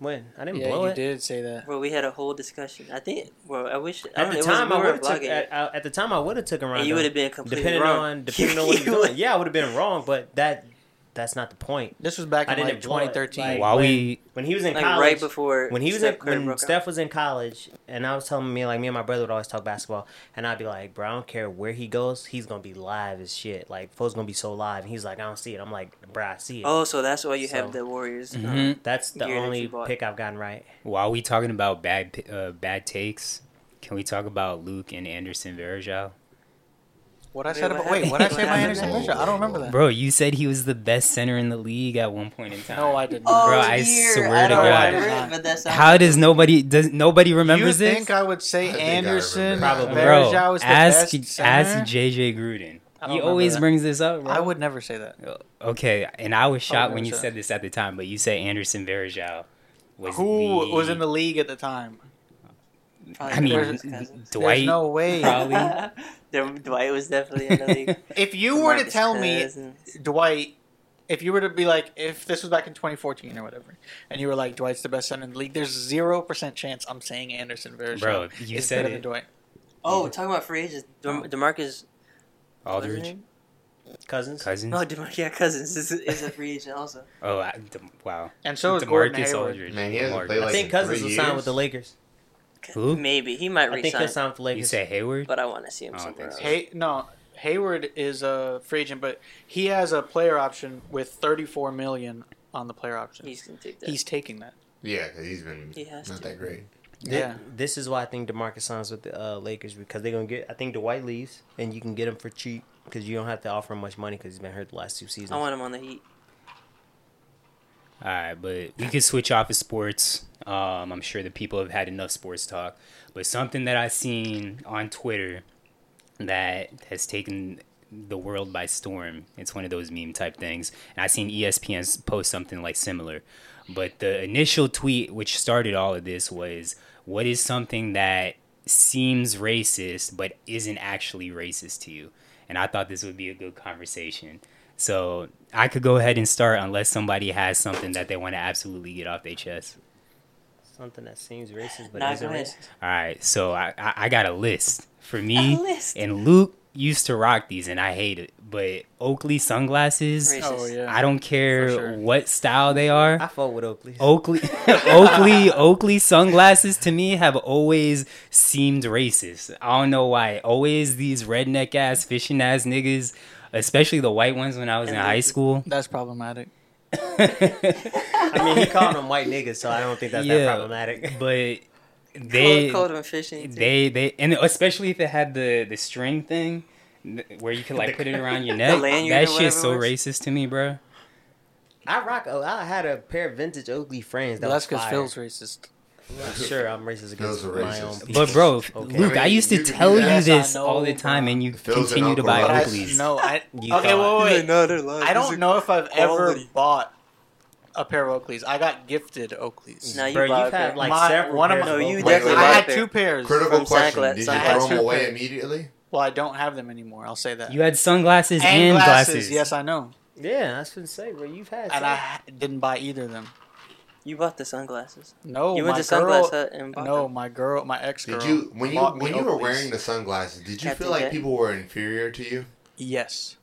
E: When I didn't
B: Yeah,
E: blow
B: you
E: it.
B: did say that.
C: Bro, we had a whole discussion. I think. Well, I wish. I
E: At
C: don't
E: the
C: know, it
E: time, I
C: was, we
E: would
C: were
E: have took.
C: vlogging
E: At,
C: it,
E: at the time, I would have took a round.
C: and you would have been completely
E: depending
C: wrong.
E: on depending on what
C: You
E: he's
C: would-
E: doing. Yeah, I would have been wrong, but that that's not the point.
B: This was back
E: I
B: in
E: didn't
B: like
E: blow it,
B: 2013.
E: like-
A: While
E: when-
A: we
E: When he was in
C: Like
E: college,
C: right before
E: when he was
C: Steph
E: in,
C: Curry
E: when
C: broke up.
E: Steph was in college, and I was telling me like me and my brother would always talk basketball, and I'd be like, bro, I don't care where he goes, he's gonna be live as shit. Like, folks gonna be so live, and he's like, I don't see it. I'm like, bro, I see it.
C: Oh, so that's why you have
E: So-
C: the Warriors. Uh-huh.
A: Mhm.
E: That's the
C: Gear that
E: only
C: you bought.
E: pick I've gotten right.
A: while we talking about bad p- uh, bad takes, can we talk about Luke and Anderson Varejao?
B: What I
C: Wait,
B: said
C: what
B: about wait,
C: happened?
B: what I
C: What
B: said about
C: happened?
B: Anderson
D: Whoa,
B: Bridges? I don't
D: whoa,
B: remember
D: whoa.
B: that.
A: Bro, you said he was the best center in the league at one point in time.
B: No, I didn't.
A: Bro, I swear to
C: don't
A: God.
C: remember it, but that sounds-
A: How does nobody does nobody
B: you
A: remembers this?
B: think I would say
D: I think I
B: Anderson?
D: remember
E: that.
A: bro,
B: Bergeau was the
A: ask
B: best center?
A: ask JJ Gruden.
B: I don't
A: He
B: remember
A: always
B: that.
A: brings this up. Bro.
B: I would never say that.
A: Okay, and I was shocked when you
B: never said
A: said this at the time, but you said Anderson Varejao was
B: Who
A: the,
B: was in the league at the time?
A: I mean,
C: Probably Cousins.
A: Dwight.
B: There's no way.
A: Probably.
C: There- Dwight was definitely in the league.
B: If you were to
C: DeMarcus
B: tell me
C: Cousins.
B: Dwight, if you were to be like, if this was back in 2014 or whatever, and you were like, Dwight's the best center in the league, there's zero percent chance I'm saying Anderson Varejao.
A: Bro, you
B: is
A: said
B: better
A: it.
B: than Dwight.
C: oh, talking about free agents, Oh. DeMar- Demarcus what's his
A: Aldridge
C: name?
E: Cousins,
A: Cousins.
C: No, Demarcus yeah, Cousins is, is a free agent also.
A: Oh, I, d- wow.
B: And so is Gordon
A: Demarcus
B: Hayward.
A: Aldridge.
D: Man, he hasn't
A: Mark-
D: played,
A: I
E: I
D: like,
A: think
E: think Cousins
D: three
E: will sign
D: years?
E: with the Lakers.
A: Who?
C: Maybe he might
E: I think
C: resign,
E: he'll sign with the
A: you
E: Lakers.
A: said Hayward.
C: but I want to see him
A: I don't
C: somewhere.
A: think so.
C: else.
B: Hey, no, Hayward is a free agent, but he has a player option with 34 million on the player option.
C: He's gonna take that.
B: He's taking that.
D: Yeah, 'cause he's been
C: He has to.
D: not that great.
E: Thi-
B: Yeah.
E: This is why I think DeMarcus signs with the uh, Lakers because they're gonna get. I think Dwight leaves and you can get him for cheap because you don't have to offer him much money because he's been hurt the last two seasons.
C: I want him on the Heat.
A: All right, but we could switch off of sports. Um, I'm sure the people have had enough sports talk, but something that I've seen on Twitter that has taken the world by storm. It's one of those meme type things, and I've seen E ESPN post something like similar. But the initial tweet, which started all of this, was "What is something that seems racist but isn't actually racist to you?" And I thought this would be a good conversation. So I could go ahead and start unless somebody has something that they want to absolutely get off their chest.
E: Something that seems racist but
C: Nah,
E: isn't
C: go ahead.
E: racist.
A: All right, so I, I, I got a list for
C: A
A: me
C: list.
A: and Luke used to rock these and I hate it, but Oakley sunglasses.
C: Racist.
B: Oh yeah.
A: I don't care
B: For sure.
A: what style they are.
E: I fought with Oakley.
A: Oakley, Oakley, Oakley sunglasses to me have always seemed racist. I don't know why. Always these redneck ass, fishing ass niggas, especially the white ones when I was in high school.
B: That's problematic.
E: I mean, he called them white niggas, so I don't think that's
A: Yeah.
E: that problematic.
A: but
C: They
A: they
C: called him fishing. too.
A: they they and especially if it had the the string thing th- where you could like put it around your neck.
C: lanyard
A: That
C: or
A: shit's
C: whatever
A: so
C: it was.
A: racist to me, bro.
E: I rock. Oh, I had a pair of vintage Oakley friends. That
B: That's
E: was
B: because
E: fire.
B: Phil's racist.
E: Sure, I'm racist against
D: Phil's a
E: my
D: racist.
E: own people.
A: But bro, Luke, I
D: I mean,
A: used to
D: you can
A: tell
D: do
A: you
D: that.
A: this
B: Yes, I know,
A: all the time,
B: bro.
A: and you
D: Phil's an
A: continue to
D: uncle,
A: buy
D: but
B: I,
A: Oakleys.
B: no, I okay.
E: You thought-
B: Wait, wait, wait.
C: no, they're lying.
B: I don't know if I've ever
C: quality.
B: bought a pair of Oakleys. I got gifted Oakleys.
C: No, you
E: Bro,
C: bought
E: you've
C: a
E: had
C: pair.
E: like
B: My-
E: several.
B: one of
E: pairs
C: my- No, you
E: Oakleys.
D: Wait, wait,
B: I
D: wait.
B: had
C: pair.
B: two pairs.
D: Critical
C: From
D: question:
C: Sunglass-
D: Did you
C: Sunglass
D: throw them
B: Repair.
D: away immediately?
B: Well, I don't have them anymore. I'll say that.
A: You had sunglasses and,
B: and
A: glasses.
B: Yes, I know.
E: Yeah, I was gonna say, bro, you've had.
B: And I ha- didn't buy either of them.
C: You bought the sunglasses.
B: No,
C: you
B: Oh, my
C: went to
B: girl,
C: Sunglass Hut and bought
B: No,
C: them.
B: my girl, my ex girl.
D: Did you when you
B: bought me
D: when you were
B: Oakleys.
D: wearing the sunglasses? Did you
C: Captain
D: feel like
C: Jack.
D: people were inferior to you?
B: Yes.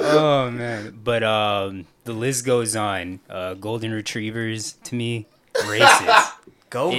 A: oh man but um the list goes on uh golden retrievers to me racist
E: golden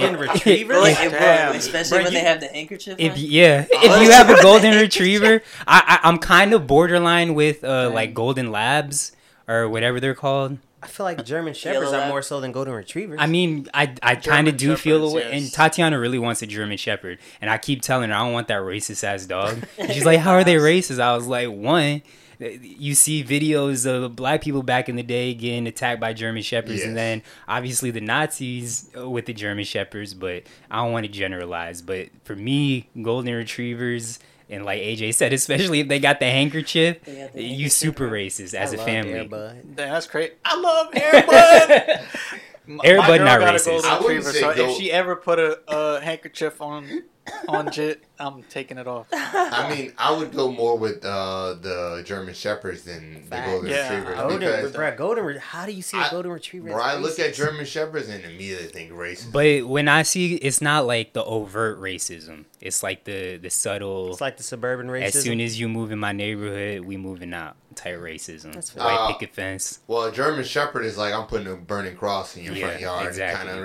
A: Yeah.
E: retriever.
C: But like, it-
B: Damn.
C: bro, especially
A: Bro,
C: when
A: you-
C: they have the handkerchief.
A: if
C: on.
A: you- yeah if you have a golden retriever i, I i'm kind of borderline with uh like golden labs or whatever they're called
E: I feel like German shepherds are
C: lab.
E: more so than golden retrievers.
A: i mean i i kind of
B: German
A: do feel
B: Shepherds,
A: away and
B: yes.
A: tatiana really wants a german shepherd and i keep telling her i don't want that racist ass dog and she's like how are they racist i was like one you see videos of black people back in the day getting attacked by German shepherds,
D: Yes.
A: and then obviously the Nazis uh, with the German shepherds. But I don't want to generalize. But for me, golden retrievers and like AJ said, especially if they got the handkerchief,
C: They got the
A: you
C: handkerchief.
A: super racist
E: I
A: as a
E: love Air
A: family.
E: Bud.
B: Damn, that's great. I love Airbud.
A: Air Bud not
B: got a
A: racist.
B: golden
D: I wouldn't
B: retriever,
D: say
B: so
D: gold-
B: if she ever put a, a handkerchief on on JIT, I'm taking it off.
D: I mean, I would go more with uh, the German Shepherds than the
E: Fact.
D: Golden
B: Yeah,
D: Retrievers.
B: I would
E: Golden,
D: Because
E: bro, golden. re- How do you see a
D: I-
E: golden retriever? as
D: where I look at
E: racist?
D: German Shepherds and immediately think racist.
A: But when I see, it's not like the overt racism. It's like the the subtle.
E: it's like the suburban racism.
A: as soon as you move in my neighborhood, we moving out type racism.
E: That's fair.
A: White
D: Uh,
A: picket fence.
D: Well, a German Shepherd is like I'm putting a burning cross in your
A: Yeah,
D: front yard.
A: exactly.
D: Kind of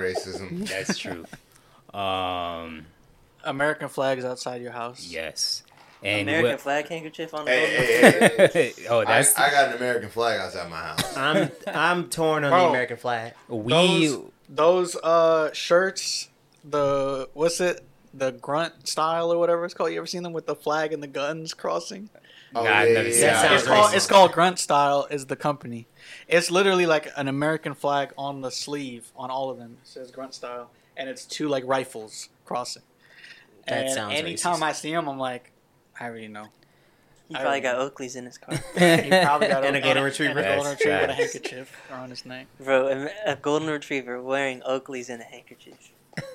D: racism.
A: That's true. um,
B: American flags outside your house.
A: yes. And
C: American
A: what-
C: flag handkerchief on the
D: Hey,
C: road.
D: hey, hey, hey.
A: oh,
D: I,
A: that's
D: I got an American flag outside my house.
E: I'm I'm torn on the
B: Bro.
E: American flag.
A: we.
B: Those, those uh shirts, the what's it? The grunt style or whatever it's called. You ever seen them with the flag and the guns crossing?
D: Oh,
A: Nah, I've never seen
E: that. Sounds
B: it's, called,
E: racist.
B: it's called grunt style. Is the company? It's literally like an American flag on the sleeve on all of them. It says grunt style, and it's two like rifles crossing.
E: That
B: and
E: sounds
B: anytime
E: racist.
B: I see them, I'm like, I already know.
C: He
B: I
C: probably
B: don't
C: got Oakley's in his car.
B: He probably got
E: And a golden
B: and
E: retriever.
B: a golden
A: That's
B: retriever with a
A: facts.
B: handkerchief around his neck.
C: Bro, a, a golden retriever wearing Oakley's in a handkerchief.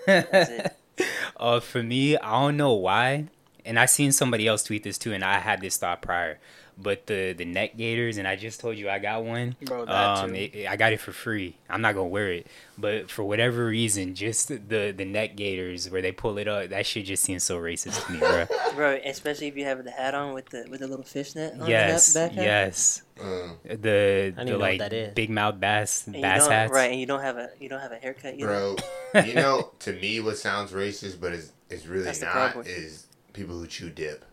C: it.
A: uh, for me, I don't know why, and I seen somebody else tweet this too, and I had this thought prior. But the the neck gaiters, and I just told you I got one.
B: Bro, that
A: Um,
B: too.
A: it- it- I got it for free. I'm not gonna wear it, but for whatever reason, just the the neck gaiters where they pull it up, that shit just seems so racist to me, bro.
C: Bro, especially if you have the hat on with the with the little fishnet on
A: yes,
C: the hat, back hat.
A: yes.
D: Uh,
A: The
E: I don't even know
A: the
E: what
A: like
E: that is.
A: big mouth bass
C: And you
A: bass
C: don't-
A: hats.
C: Right, and you don't have a you don't have a haircut either.
D: bro, you know, to me, what sounds racist, but it's, it's really
C: That's the Proud
D: not,
C: Boys.
D: is people who chew dip.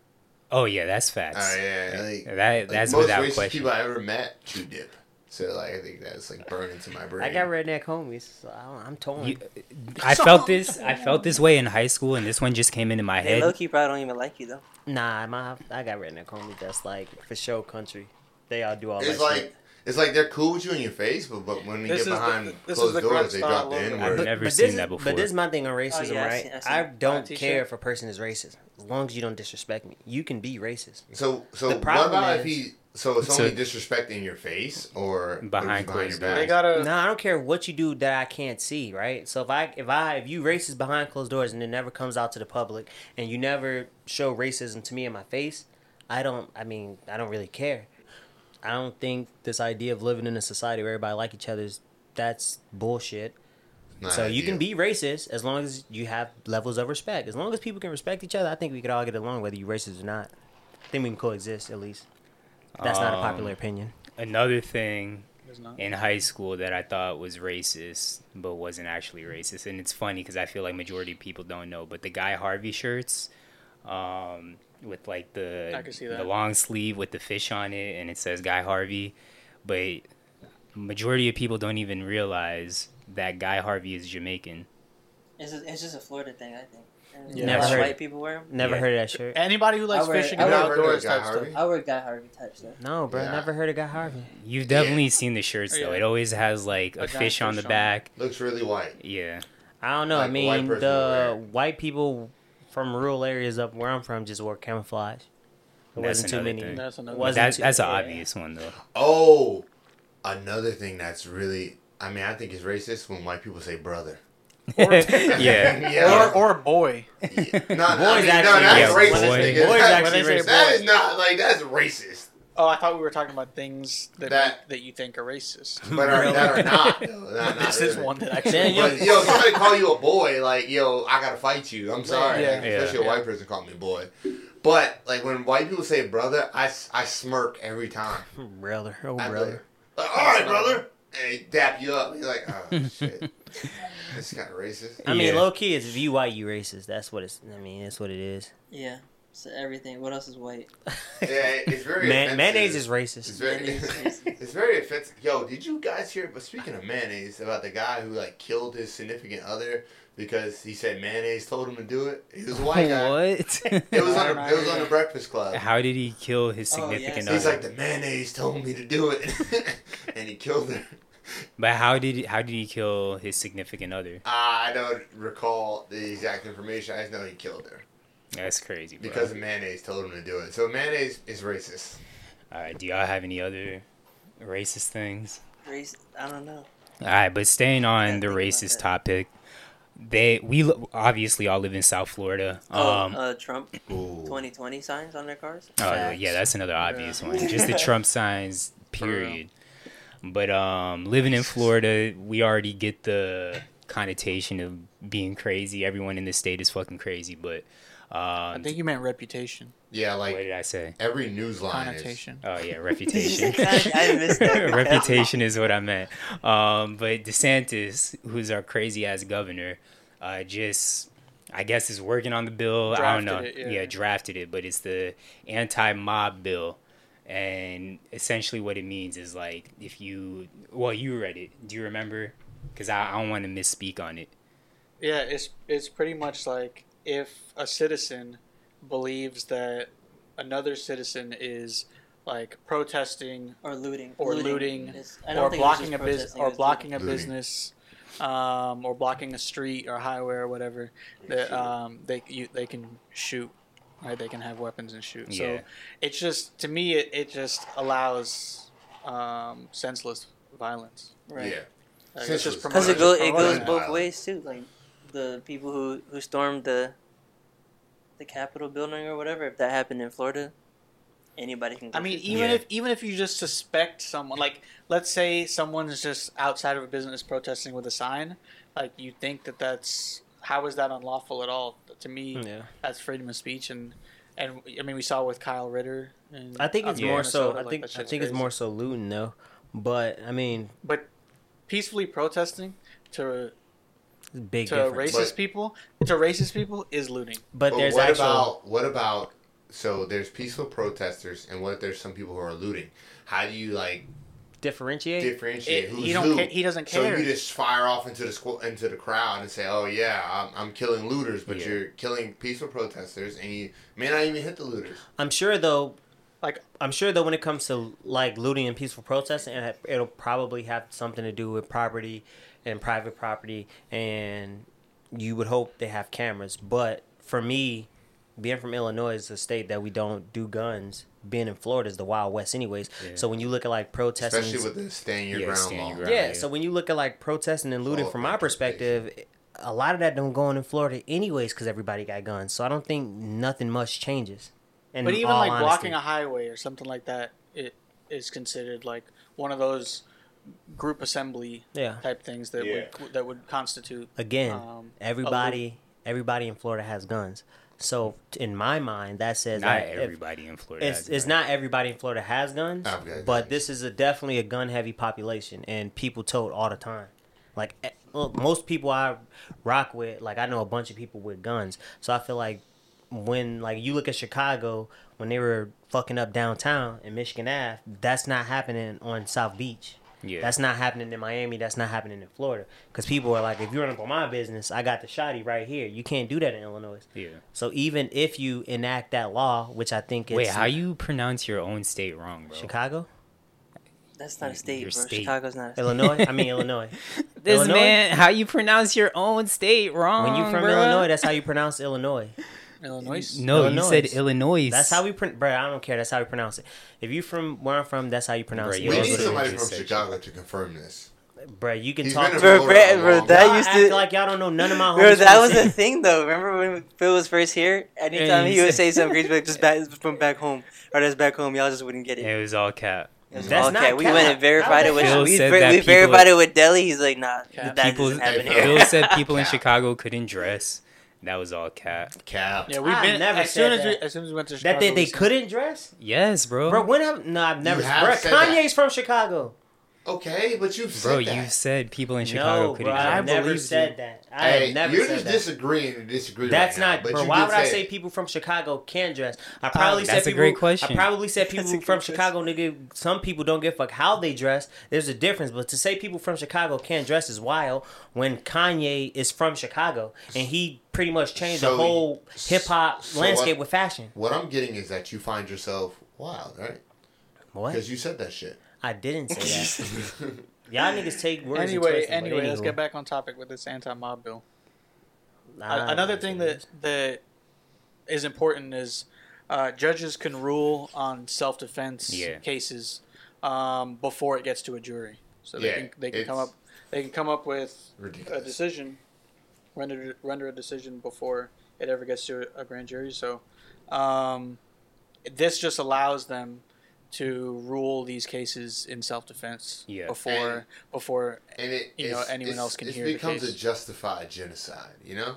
A: Oh yeah, that's facts.
D: Oh, yeah. Like,
A: That
D: like,
A: that's
D: most
A: without
D: racist
A: question.
D: people I ever met chew dip. So, like, I think that's, like, burned into my brain.
E: I got redneck homies, so I don't, I'm torn.
A: You- I felt this. I felt this way in high school, and this one just came into my
C: Hey,
A: head.
C: Loki probably don't even like you though.
E: nah, my I got redneck homies that's like for show country. They all do all
D: It's
E: that
D: like
E: shit.
D: it's like they're cool with you in your face, but, but when we
B: This
D: get
B: is the-
D: behind
B: this is
D: closed
B: the
D: doors,
B: grunt
D: they
B: style
D: drop the
B: logo.
D: N
A: I've
D: word.
A: never
E: but
A: seen
E: this,
A: that
E: But
A: before.
E: this is my thing on racism,
C: yeah, I've
E: right?
C: seen- I've seen
E: I
C: it.
E: don't
B: t-shirt.
E: care if a person is racist, as long as you don't disrespect me. You can be racist.
D: So, so
E: The
D: what
E: problem
D: about if
E: is-
D: he? So it's
A: So-
D: only disrespect in your face or or
A: Behind
D: just
A: closed
D: your
A: doors.
B: They
D: back?
B: gotta.
E: No, I don't care what you do that I can't see, right? So if I if I if you racist behind closed doors and it never comes out to the public and you never show racism to me in my face, I don't I mean, I don't really care. I don't think this idea of living in a society where everybody like each other's that's bullshit.
D: Not
E: so you can
D: ideal.
E: be racist as long as you have levels of respect. As long as people can respect each other, I think we could all get along whether you're racist or not. I think we can coexist at least. That's not a
A: Um,
E: popular opinion.
A: Another thing
B: There's not.
A: in high school that I thought was racist, but wasn't actually racist, and it's funny because I feel like majority of people don't know. But the Guy Harvey shirts, um, with like
B: I
A: the
B: can see
A: the
B: that.
A: long sleeve with the fish on it, and it says Guy Harvey, but majority of people don't even realize that Guy Harvey is Jamaican.
C: It's just, it's just a Florida thing, I think. And
B: Yeah.
C: a
E: Never
C: lot of
E: heard
C: white
E: it.
C: people wear 'em.
E: Never
A: yeah.
E: heard of that
D: Eh,
E: shirt.
B: Anybody who likes
C: I wear-
B: fishing
C: I
B: and
C: wear-
B: outdoors
D: Guy
B: type stuff.
D: Harvey?
C: I wear Guy Harvey type stuff.
E: No, bro,
D: Yeah.
E: never heard of Guy Harvey.
A: You've definitely
D: Yeah.
A: seen the shirts
B: Oh,
A: though.
B: yeah.
A: It always has like a,
B: A giant
A: fish on the
B: fish on it.
A: back.
D: looks really white.
A: Yeah.
E: I don't know.
D: Like
E: I
D: the white
E: mean,
D: person
E: the
D: will wear
E: white people from rural areas up where I'm from just wore camouflage. There
A: That's
E: wasn't too
A: another
E: many.
A: thing.
B: That's another.
E: Wasn't
A: That's
E: too-
A: that's an
E: yeah.
A: obvious one though.
D: Oh, another thing that's really. I mean, I think it's racist when white people say brother.
A: yeah.
D: yeah.
B: Or or boy.
D: Yeah. No, no, I
E: Boys
D: mean,
E: actually-
D: no, that's
A: yeah,
D: racist.
A: boy.
D: nigga.
E: Boys
D: That's-
E: actually
D: that is
B: racist.
D: not like that's racist,
B: Oh, I thought we were talking about things that
D: That-
B: that, you think are racist.
D: but are, that are not. though. Not- not
B: this is
D: really.
B: one that
E: Man,
B: actually.
E: you-
D: But yo, somebody call you a boy, like yo, I gotta fight you. I'm sorry,
B: Yeah.
A: Yeah.
D: especially a white person call me boy. But like when white people say brother, I, s- I smirk every time.
E: Brother, oh
D: I
E: brother.
D: Like, All right, brother, and they dap you up. You're like, oh shit, this is kind of racist.
E: I mean,
A: Yeah.
E: low key, it's VYU racist. That's what it's. I mean, that's what it is.
C: Yeah. So everything. What else is white?
D: Yeah, it's very
E: Man,
D: offensive.
E: mayonnaise is
D: It's
E: racist.
D: very,
C: Mayonnaise is racist.
D: it's very offensive. Yo, did you guys hear? But speaking of mayonnaise, about the guy who like killed his significant other because he said mayonnaise told him to do it. He was a white guy. It was on. The, it was on the Breakfast Club.
A: How did he kill his
C: Oh,
A: significant
C: yes.
D: He's
A: other?
D: like the mayonnaise told me to do it, and he killed her.
A: but how did he, how did he kill his significant other?
D: Uh, I don't recall the exact information. I just know he killed her
A: That's crazy. Bro.
D: because mayonnaise told him to do it. So mayonnaise is racist.
A: all right, do y'all have any other racist things?
C: Race. I don't know.
A: All right, but staying on the
C: think about
A: racist
C: that.
A: topic, they we li- obviously all live in South Florida. Um,
C: oh, uh, Trump
D: Ooh.
C: 2020 signs on their cars.
A: Oh
E: Facts.
A: yeah, that's another obvious one. Just the Trump signs, period. But um, living in Florida, we already get the connotation of being crazy. Everyone in the state is fucking crazy. But
B: I
A: um,
B: think you meant reputation.
D: Yeah, like
A: what did I say?
D: every news line is.
B: Connotation.
A: Oh yeah, reputation.
C: I missed that.
A: reputation is what I meant. Um, but DeSantis, who's our crazy ass governor, uh, just I guess is working on the bill. I don't
B: Drafted
A: know.
B: it, yeah.
A: drafted it, but it's the anti-mob bill. And essentially, what it means is like if you, well, you read it. Do you remember? Because I, I don't want to misspeak on it.
B: Yeah, it's it's pretty much like if a citizen believes that another citizen is like protesting
C: Or looting.
B: Or looting.
C: It's- I don't
B: or
C: think it was
B: blocking a
C: just
B: business
C: protesting, it
B: or
C: was
B: blocking a
D: Looting.
B: business um, or blocking a street or highway or whatever that um, they you, they can shoot right they can have weapons and shoot
A: Yeah.
B: so it's just to me it, it just allows um, senseless violence
C: looting. Right.
D: Yeah.
B: Like, it's
D: Senseless.
B: just
C: Because
D: 'Cause
C: it,
B: promoting-
C: go, it
B: promoting
C: goes
D: Violent.
C: both ways too. Like the people who who stormed the the Capitol building or whatever. If that happened in Florida, anybody can. Go
B: I mean,
C: shoot
B: even
A: Yeah.
B: if even if you just suspect someone, like let's say someone is just outside of a business protesting with a sign, like you think that that's how is that unlawful at all? To me,
E: Hmm. Yeah.
B: that's freedom of speech, and and I mean we saw with Kyle Ritter. And
E: I think it's
A: Yeah.
E: more so.
B: Minnesota,
E: I
B: like,
E: think
B: that
E: I
B: shit's
E: think it's
B: crazy.
E: more so looting though. But I mean,
B: but peacefully protesting to
E: big
B: to
E: difference.
B: racist
D: But-
B: people to racist people is looting.
E: But,
D: But
E: there's
D: what
E: actual.
D: about what about so there's peaceful protesters and what if there's some people who are looting? How do you like
E: differentiate.
D: differentiate
B: It-
D: who's
B: he don't
D: who?
B: ca- he doesn't
D: So
B: care.
D: you just fire off into the squ- into the crowd and say, "Oh yeah, I'm, I'm killing looters," but
A: Yeah.
D: you're killing peaceful protesters, and you may not even hit the looters.
E: I'm sure though.
B: Like-
E: I'm sure though, when it comes to like looting and peaceful protesting, it- it'll probably have something to do with property and private property, and you would hope they have cameras. But for me, being from Illinois is a state that we don't do guns. Being in Florida is the Wild West, anyways.
A: Yeah.
E: So when you look at like protesting,
D: Especially with the stand your
A: Yeah,
D: ground
A: stand
D: law.
A: your ground.
E: yeah,
A: Right.
E: so when you look at like protesting and looting
D: All
E: from
D: about
E: my
D: the
E: perspective, a lot of that don't go on in Florida anyways because everybody got guns. So I don't think nothing much changes. And
B: but even like blocking a highway or something like that, it is considered like one of those group assembly
E: yeah,
B: type things that would that would constitute
E: again,
B: um,
E: everybody everybody in Florida has guns. So t- in my mind, that says
A: Not
E: that if-
A: everybody in Florida.
E: It's,
A: has
E: it's
A: guns.
E: not everybody in Florida has guns,
D: I've got
E: but
D: guns.
E: this is a definitely a gun heavy population, and people tote all the time. Like eh, look, most people I rock with, like I know a bunch of people with guns, so I feel like when like you look at Chicago when they were fucking up downtown in Michigan Ave, that's not happening on South Beach.
A: Yeah.
E: That's not happening in Miami. That's not happening in Florida. Because people are like, if you run up on my business, I got the shotty right here. You can't do that in Illinois.
A: Yeah.
E: So even if you enact that law, which I think it's
A: Wait, how you pronounce your own state wrong, bro?
E: Chicago,
C: That's not a state,
A: Your
C: bro.
A: state.
C: Chicago's not. A state.
E: Illinois. I mean Illinois.
A: This
E: Illinois?
A: man, how you pronounce your own state wrong?
E: When you from
A: bro?
E: Illinois, that's how you pronounce Illinois.
B: Illinois.
A: No,
E: Illinois.
A: you said Illinois.
E: That's how we print, bro. I don't care. That's how we pronounce it. If you from where I'm from, that's how you pronounce
A: Bruh,
E: it.
A: you
D: We
A: Yeah,
D: need
A: that's what
D: somebody
A: I
D: from
A: just said.
D: Chicago to confirm this.
E: bro. You can
D: He's
E: talk.
D: been in
E: to
D: Florida
C: Bro, bro,
D: a
C: bro,
D: long
C: that
E: Y'all
D: time.
C: used
E: act
C: to.
E: like y'all don't know none of my homies.
C: Bro, that
E: from
C: was
E: the
C: the
E: city.
C: thing though. Remember when Phil was first here? Anytime
A: he
C: he would
A: said-
C: say something crazy, like just back from back home or that's back home, y'all just wouldn't get it.
A: It was all cap.
C: It was
E: That's
C: all
E: not
C: cap. We
E: cap.
C: went and verified it with
A: Phil
C: we,
A: said
C: ver-
A: that
C: we
A: people-
C: verified it with Delhi. He's like, nah,
B: Cap.
C: that
A: People,
C: doesn't happen.
D: Hey,
A: Phil said people in
D: Cap.
A: Chicago couldn't dress. That was all cap.
D: Cap.
B: Yeah, we've
E: I
B: been
E: never
B: as
E: said
B: soon as we
E: that.
B: as soon as we went to Chicago.
E: That they,
B: we
E: they
B: said-
E: couldn't dress,
A: Yes, bro.
E: bro. When have no, I've never.
D: have
E: Bro,
D: said
E: Kanye's from Chicago.
D: Okay, but you've said
A: bro,
D: that.
A: you said people in Chicago
E: No,
A: couldn't
E: bro,
A: dress.
E: I never
B: believed
E: said
B: you.
E: that. I
D: Hey,
E: have never
D: you're
E: said
D: just
E: that.
D: disagreeing to disagree.
E: That's
D: right now,
E: not,
D: but
E: bro.
D: you
E: Why
D: did
E: would I
D: it.
E: say people from Chicago can dress? I probably said
A: That's a
E: people,
A: great question.
E: I probably said people
C: That's a
E: from
C: good
E: Chicago, nigga. Some people don't give a fuck how they dress. There's a difference, but to say people from Chicago can't dress is wild. When Kanye is from Chicago and he pretty much changed
D: So
E: the
D: he-
E: whole hip hop
D: so
E: landscape
D: what-
E: with fashion.
D: What I'm getting is that you find yourself wild, right?
E: What?
D: Because you said that shit.
E: I didn't say that. Y'all niggas take words. and
B: Anyway,
E: twist them, but
B: anyway, let's
E: anywho.
B: get back on topic with this anti-mob bill.
E: Nah,
B: A-
E: Ah, I
B: Another
E: don't
B: thing
E: care.
B: that that is important is uh, judges can rule on self-defense
A: Yeah.
B: cases um, before it gets to a jury. So they
D: Yeah,
B: can they can come
D: it's-
B: up they can come up with a
D: Ridiculous.
B: decision render render a decision before it ever gets to a grand jury. So um, this just allows them to rule these cases in self defense
A: Yeah.
B: before
D: And-
B: before
D: and
B: uh,
D: it
B: you know,
D: it's-
B: anyone
D: it's-
B: else can
D: it
B: hear the
D: becomes
B: case.
D: a justified genocide you know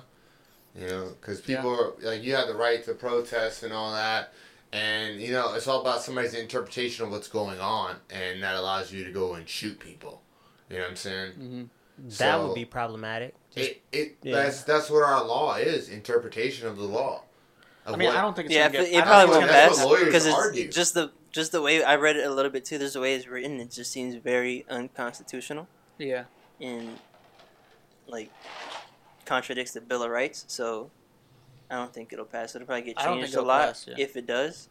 D: you know because
B: Yeah.
D: people are like you have the right to protest and all that and you know it's all about somebody's interpretation of what's going on and that allows you to go and shoot people you know what i'm saying
B: Mhm.
E: that
D: So-
E: would be problematic. Just-
D: it, it
E: Yeah.
D: that's that's what our law is interpretation of the law Of
B: I mean,
D: what-
B: I don't think it's
C: yeah,
B: gonna
C: it,
B: get, I don't
C: probably
B: think it's
C: won't
B: gonna
D: that's
C: pass
D: what lawyers
C: because
D: argue.
C: it's just the just the way I read it a little bit too. There's the way it's written. It just seems very unconstitutional
B: Yeah,
C: and like contradicts the Bill of Rights. So I don't think it'll pass. It'll probably get
B: I don't
C: changed
B: think
C: a
B: it'll
C: lot
B: pass, yeah.
C: if it does.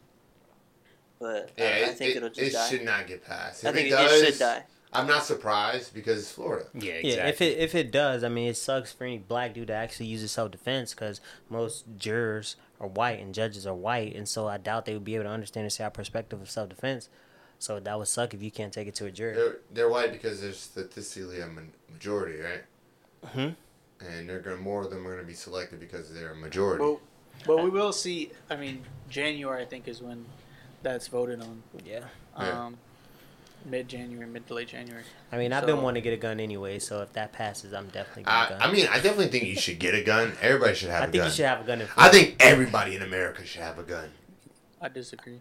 C: But I-
D: yeah,
C: I,
D: it,
C: think
D: it,
C: it, will just
D: it
C: die.
D: should not get passed. If
C: I think
D: it
C: it,
D: does,
C: should die.
D: I'm not surprised because it's Florida.
A: Yeah, exactly.
E: Yeah, if it if it does, I mean, it sucks for any black dude to actually use his self defense because most jurors are white and judges are white, and so I doubt they would be able to understand and see our perspective of self defense. So that would suck if you can't take it to a jury.
D: They're they're white because they're statistically a min- majority, right?
E: hmm
D: and they're gonna more of them are gonna be selected because they're a majority.
B: well, but we will see. I mean, January I think is when that's voted on.
E: Yeah,
D: Yeah.
B: Um, mid January, mid to late January.
E: I mean, I've been
B: So-
E: wanting to get a gun anyway, so if that passes, I'm definitely gonna
D: I,
E: gun.
D: I mean, I definitely think you should get a gun. Everybody should
E: I
D: have a
E: think
D: gun.
E: you should have a gun. In
D: I think everybody in America should have a gun.
B: I disagree.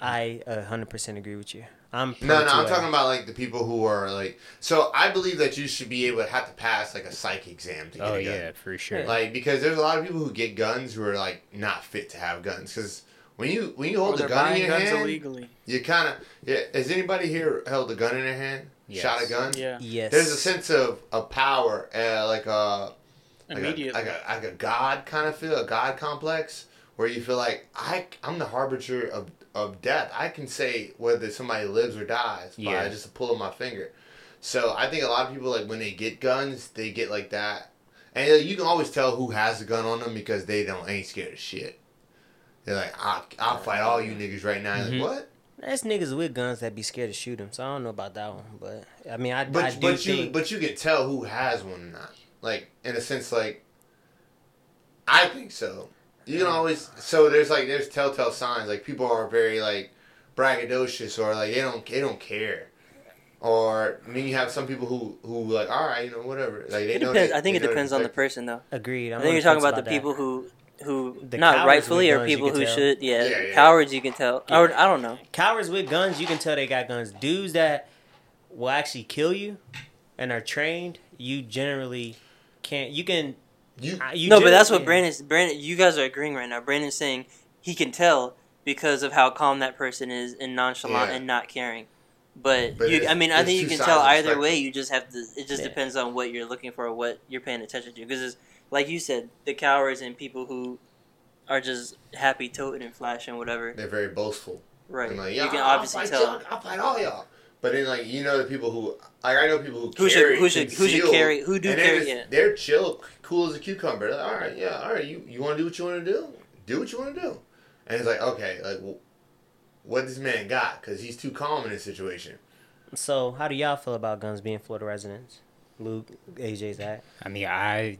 E: I a hundred percent agree with you. I'm
D: No, no, I'm talking about like the people who are like. So I believe that you should be able to have to pass like a psych exam to get
A: oh
D: a gun.
A: yeah, for sure.
D: Like because there's a lot of people who get guns who are like not fit to have guns because when you when you
B: Or
D: hold a
B: they're
D: gun in
B: buying
D: your
B: guns
D: hand,
B: illegally.
D: you kind of yeah. Has anybody here held a gun in their hand?
A: Yes.
D: Shot a gun?
B: Yeah,
E: yes.
D: There's a sense of a power, uh, like a like
B: immediately.
D: a, like a like a god kind of feel, a god complex, where you feel like I I'm the harbinger of of death. I can say whether somebody lives or dies
A: Yeah.
D: by just a pull of my finger. So I think a lot of people like when they get guns, they get like that, and like, you can always tell who has a gun on them because they don't ain't scared of shit. They're like, I'll, I'll fight all you niggas right now.
A: Mhm.
D: Like, what?
E: There's niggas with guns that be scared to shoot them, so I don't know about that one. But I mean, I, I
D: But
E: do
D: but you
E: think.
D: but you can tell who has one or not. Like in a sense, like I think so. You can always so there's like there's telltale signs like people are very like braggadocious or like they don't they don't care. Or then you have some people who who like all right you know whatever like they
C: It
D: know
C: depends.
D: they-
C: I think
D: they
C: it
D: know they
C: depends on the
D: protect-
C: person though.
E: Agreed. I'm
C: I
E: on
C: think
E: the
C: you're talking
E: fence
C: about the
E: that.
C: people who who
E: The
C: not
E: cowards
C: rightfully
E: with
C: or
E: guns, you
C: people
E: can
C: who
E: tell.
C: should yeah,
D: Yeah, yeah.
C: cowards you can tell or I don't know
E: Cowards with guns, you can tell they got guns. Dudes that will actually kill you and are trained, you generally can't. You can.
D: you
E: uh, You
C: no but that's
E: generally-
C: what Brandon's Brandon you guys are agreeing right now Brandon's saying he can tell because of how calm that person is and nonchalant
D: Yeah.
C: and not caring but,
D: But
C: you
D: it's-
C: I mean I
D: it's
C: think you
D: two
C: can
D: sides
C: tell
D: of the
C: either
D: spectrum.
C: way you just have to it just
E: Yeah.
C: depends on what you're looking for or what you're paying attention to because it's like you said the cowards and people who are just happy toting and flashing whatever
D: they're very boastful.
C: right
D: And like,
C: you
D: yeah,
C: can
D: I'll
C: obviously
D: fight
C: tell
D: y'all. I'll fight all y'all. But then like you know the people who like I know people who
C: who
D: carry
C: should who should who should
D: concealed,
C: carry who do
D: and they're
C: carry
D: just-
C: yeah.
D: They're chill, cool as a cucumber. They're like, all right, yeah, all right. You you want to do what you want to do? Do what you want to do. And it's like, okay, like wh- what this man got? Because he's too calm in this situation.
E: So, how do y'all feel about guns being Florida residents? Luke, AJ, Zach.
A: I mean, I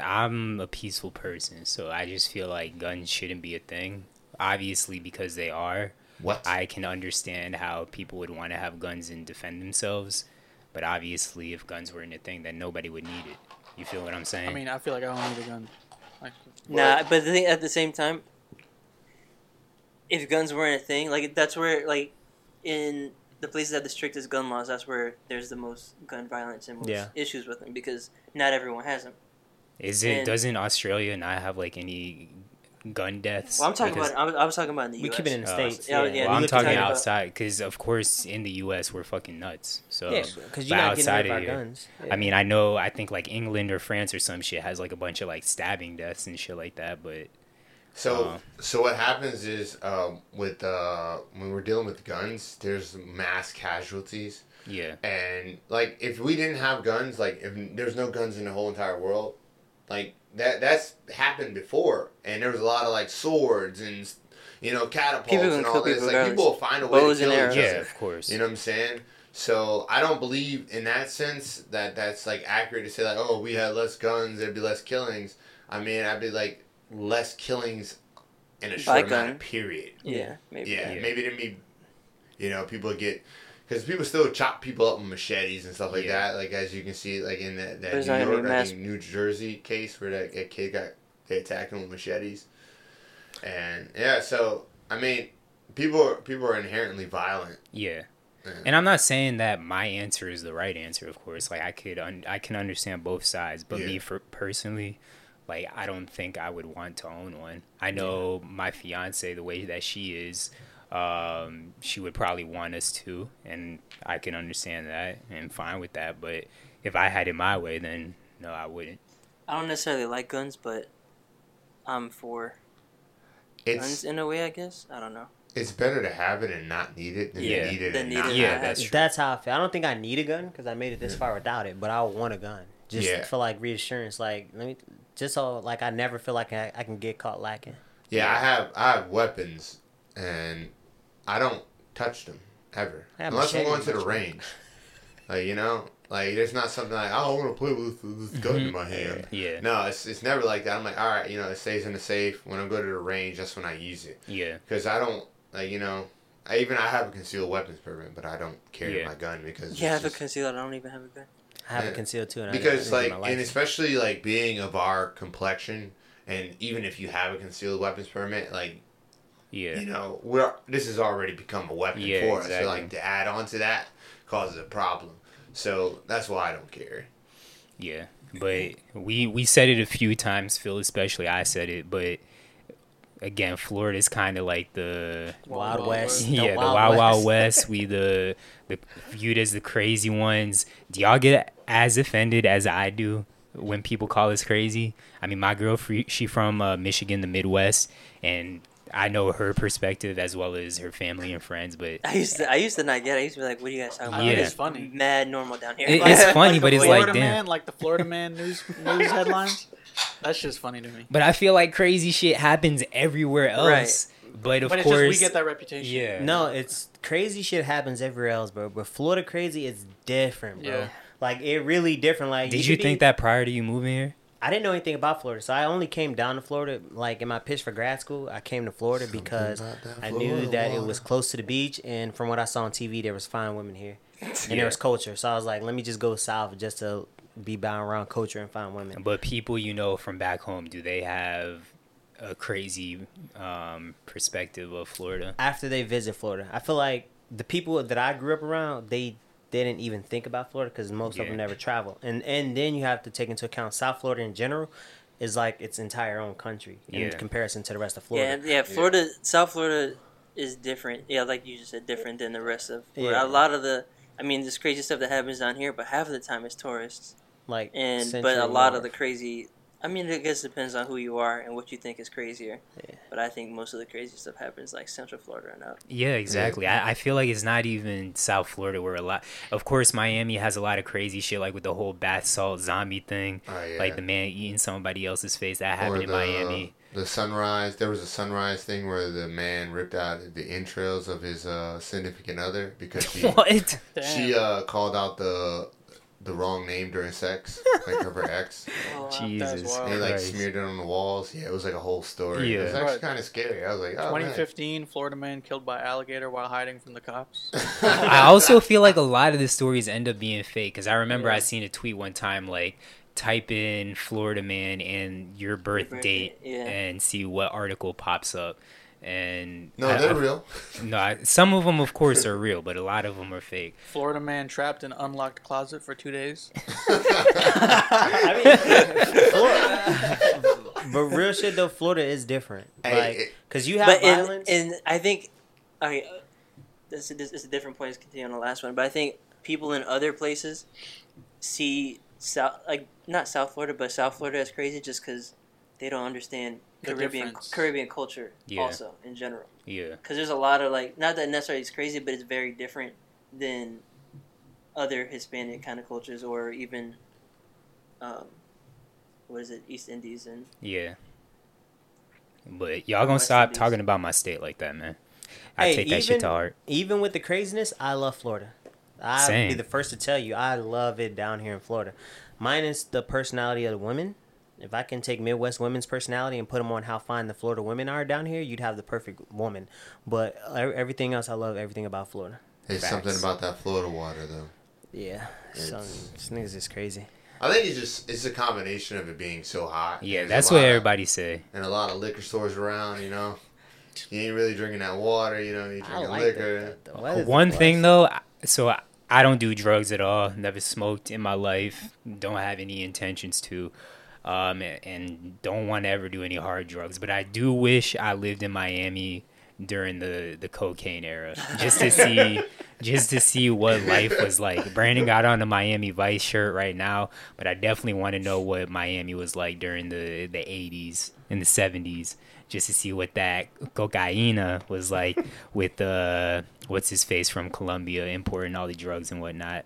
A: I'm a peaceful person, so I just feel like guns shouldn't be a thing. Obviously, because they are,
D: What?
A: I can understand how people would want to have guns and defend themselves. But obviously, if guns weren't a thing, then nobody would need it. You feel what I'm saying?
B: I mean, I feel like I don't need a gun. Like,
C: Nah, but the thing at the same time, if guns weren't a thing, like that's where like in the places that have the strictest gun laws, that's where there's the most gun violence and most
E: Yeah.
C: issues with them because not everyone has them.
A: Is it
C: and-
A: doesn't Australia not have like any gun deaths?
C: Well, I'm talking
A: Because-
C: about I was, I was talking about in the
E: We
C: U.S.
E: keep it in the
A: Oh,
E: States.
C: yeah,
E: Yeah,
C: yeah,
A: Well,
C: we
A: I'm
C: look
A: talking
C: at-
A: outside because, of course, in the U.S. we're fucking nuts. So
E: because
A: but
E: you're not getting
A: outside
E: rid of our
A: of here-
E: guns.
A: I mean, I know, I think like England or France or some shit has like a bunch of like stabbing deaths and shit like that, but
D: So
A: Uh.
D: so what happens is um, with uh, when we're dealing with guns, there's mass casualties.
A: yeah.
D: And like, if we didn't have guns, like if there's no guns in the whole entire world, like that that's happened before. And there was a lot of like swords and you know catapults
C: People can
D: and all
C: kill
D: this.
C: people
D: Like
C: regardless.
D: people will find a way
C: Bows
D: to
C: and
D: kill each
C: arrows.
D: other.
A: Yeah, of course.
D: You know what I'm saying? So I don't believe in that sense that that's like accurate to say like, oh, we had less guns, there'd be less killings. I mean, I'd be like less killings in a short amount
C: gun.
D: of period.
C: Yeah, maybe.
D: Yeah,
A: Yeah.
D: maybe to me, you know, people get because people still chop people up with machetes and stuff like
A: Yeah.
D: that. Like as you can see, like in that, that
C: There's
D: New
C: not gonna be
D: York, I
C: mass-
D: think New Jersey case where that, that kid got they attacked him with machetes, and yeah, so I mean, people are- people are inherently violent.
A: Yeah.
D: Yeah.
A: And I'm not saying that my answer is the right answer, of course. Like I could un- I can understand both sides, but
D: Yeah.
A: me for personally, like I don't think I would want to own one. I know my fiance the way that she is, um, she would probably want us to, and I can understand that and fine with that. But if I had it my way, then no, I wouldn't.
C: I don't necessarily like guns, but I'm for guns
D: It's
C: in a way, I guess. I don't know.
D: it's better to have it and not need it than
A: Yeah.
D: to need it
C: Than
D: and
C: need
D: not
C: it.
A: Yeah,
D: have it.
A: that's true.
E: That's how I feel. I don't think I need a gun because I made it this far without it, but I want a gun just
D: Yeah.
E: for like reassurance. Like let me just so like I never feel like I, I can get caught lacking.
D: Yeah, I have I have weapons and I don't touch them ever.
E: I have
D: Unless I'm
E: machete
D: going to the
E: much.
D: range. like, you know? Like there's not something like, Oh, I wanna play with this gun
E: Mm-hmm.
D: in my hand.
A: Yeah.
D: No, it's it's never like that. I'm like, all right, you know, it stays in the safe. When I go to the range, that's when I use it.
A: Yeah.
D: Because I don't like, you know, I even I have a concealed weapons permit, but I don't carry
A: Yeah.
D: my gun because
C: Yeah, I
D: it's
C: have a
D: just-
C: concealer. I don't even have a gun.
E: I have
D: Yeah.
E: it concealed too, and I
D: because
E: didn't use it in
D: like
E: my
D: and
E: life.
D: especially like being of our complexion and even if you have a concealed weapons permit like
A: Yeah.
D: you know we're this has already become a weapon
A: Yeah,
D: for us
A: exactly.
D: so like to add on to that causes a problem so that's why i don't care
A: Yeah, but we we said it a few times, Phil. Especially I said it, but again, Florida's kind of like the
E: Wild,
B: Wild
E: West,
B: West.
A: yeah the Wild Wild, West. We the the viewed as the crazy ones. Do y'all get as offended as I do when people call us crazy? I mean, my girl, fre- she from uh, Michigan, the Midwest, and I know her perspective as well as her family and friends, but.
C: I used to. I used to not get. It. I used to be like, "What are you guys talking about?"
A: Yeah.
B: It's funny.
C: Mad normal down here.
A: It-
C: Like,
A: it's funny, but
B: the
A: it's
B: Florida
A: like, damn.
B: man, like the Florida man news news headlines. That's just funny to me.
A: But I feel like crazy shit happens everywhere else. But of
B: but it's
A: course,
B: just we get that reputation.
A: yeah,
E: No, it's crazy shit happens everywhere else, bro. But Florida crazy is different, bro.
B: Yeah.
E: Like it really different. Like
A: Did you
E: could
A: think
E: be-
A: that prior to you moving here?
E: I didn't know anything about Florida, so I only came down to Florida like in my pitch for grad school. I came to Florida
D: Something
E: because
D: about that
E: I
D: Florida
E: knew that it
D: water.
E: was close to the beach, and from what I saw on TV, there was fine women here, and
A: Yeah.
E: there was culture. So I was like, let me just go south just to be bound around culture and find women.
A: But people you know from back home, do they have a crazy um, perspective of Florida?
E: After they visit Florida, I feel like the people that I grew up around, they didn't even think about Florida because most of
A: Yeah.
E: them never travel, and and then you have to take into account South Florida in general is like its entire own country
A: Yeah.
E: in comparison to the rest of Florida.
C: yeah, yeah. Florida, South Florida is different. Yeah, like you just said, different than the rest of. Florida.
E: Yeah.
C: A lot of the, I mean, this crazy stuff that happens down here, but half of the time it's tourists,
E: like
C: and but
E: Central
C: a lot
E: North.
C: of the crazy. I mean, I guess it depends on who you are and what you think is crazier. But I think most of the crazy stuff happens like Central Florida and up.
A: Yeah, exactly. I, I feel like it's not even South Florida where a lot. Of course, Miami has a lot of crazy shit, like with the whole bath salt zombie thing,
D: Oh, yeah.
A: like the man eating somebody else's face. That happened in Miami.
D: the sunrise there was a sunrise thing where the man ripped out the entrails of his uh significant other because she
A: What?
B: Damn.
D: she uh called out the the wrong name during sex like of her ex
C: Oh, wow.
A: Jesus.
B: wild.
D: They like
A: Christ.
D: smeared it on the walls. Yeah, it was like a whole story. It was
A: Yeah.
D: actually
B: Right.
D: kind of scary. I was like, oh,
B: 2015, Florida man killed by alligator while hiding from the cops.
D: man.
A: I also feel like a lot of the stories end up being fake because I remember I
B: Yeah.
A: seen a tweet one time like type in Florida man and your birth,
C: birth
A: date
C: date, yeah.
A: and see what article pops up. And
D: no,
A: I-
D: they're
A: I-
D: real.
A: No, I, some of them of course are real, but a lot of them are fake.
B: Florida man trapped in unlocked closet for two days.
E: I mean, Florida, but real shit though, Florida is different.
D: Hey,
E: Like,
D: it-
E: cause you have
C: but in,
E: violence.
C: in I think, okay, uh, this is this is a different point. to Continue on the last one, but I think people in other places see South, like not South Florida, but South Florida as crazy just because they don't understand
B: The
C: Caribbean
B: difference.
C: Caribbean culture
A: Yeah.
C: also in general.
A: Yeah,
C: Because there's a lot of like, not that necessarily it's crazy, but it's very different than other Hispanic kind of cultures or even, um, what is it, East Indies and
A: yeah. But y'all gonna
C: West
A: stop
C: Indies.
A: talking about my state like that, man. I
E: Hey,
A: take that shit to heart.
E: even with the craziness, I love Florida. I'll be
A: Same.
E: the first to tell you, I love it down here in Florida. Minus the personality of the women. If I can take Midwest women's personality and put them on how fine the Florida women are down here, you'd have the perfect woman. But e- everything else, I love everything about Florida.
D: There's
A: Facts.
D: something about that Florida water though.
E: Yeah, some
D: It's-
E: this niggas is crazy.
D: I think it's just it's a combination of it being so hot.
A: Yeah,
D: There's a
A: that's what
D: lot of-
A: everybody say.
D: and a lot of liquor stores around. You know, you ain't really drinking that water. You know, you
E: I
D: drinking
E: like
D: liquor.
E: that. The weather's
A: One
E: a
A: thing
E: blessing.
A: though, I- so I, I don't do drugs at all. Never smoked in my life. Don't have any intentions to, um, a- and don't want to ever do any hard drugs. But I do wish I lived in Miami during the the cocaine era, just to see. Just to see what life was like. Brandon got on a Miami Vice shirt right now, but I definitely want to know what Miami was like during the the '80s and the '70s, just to see what that cocaina was like with uh, what's his face from Colombia importing all the drugs and whatnot.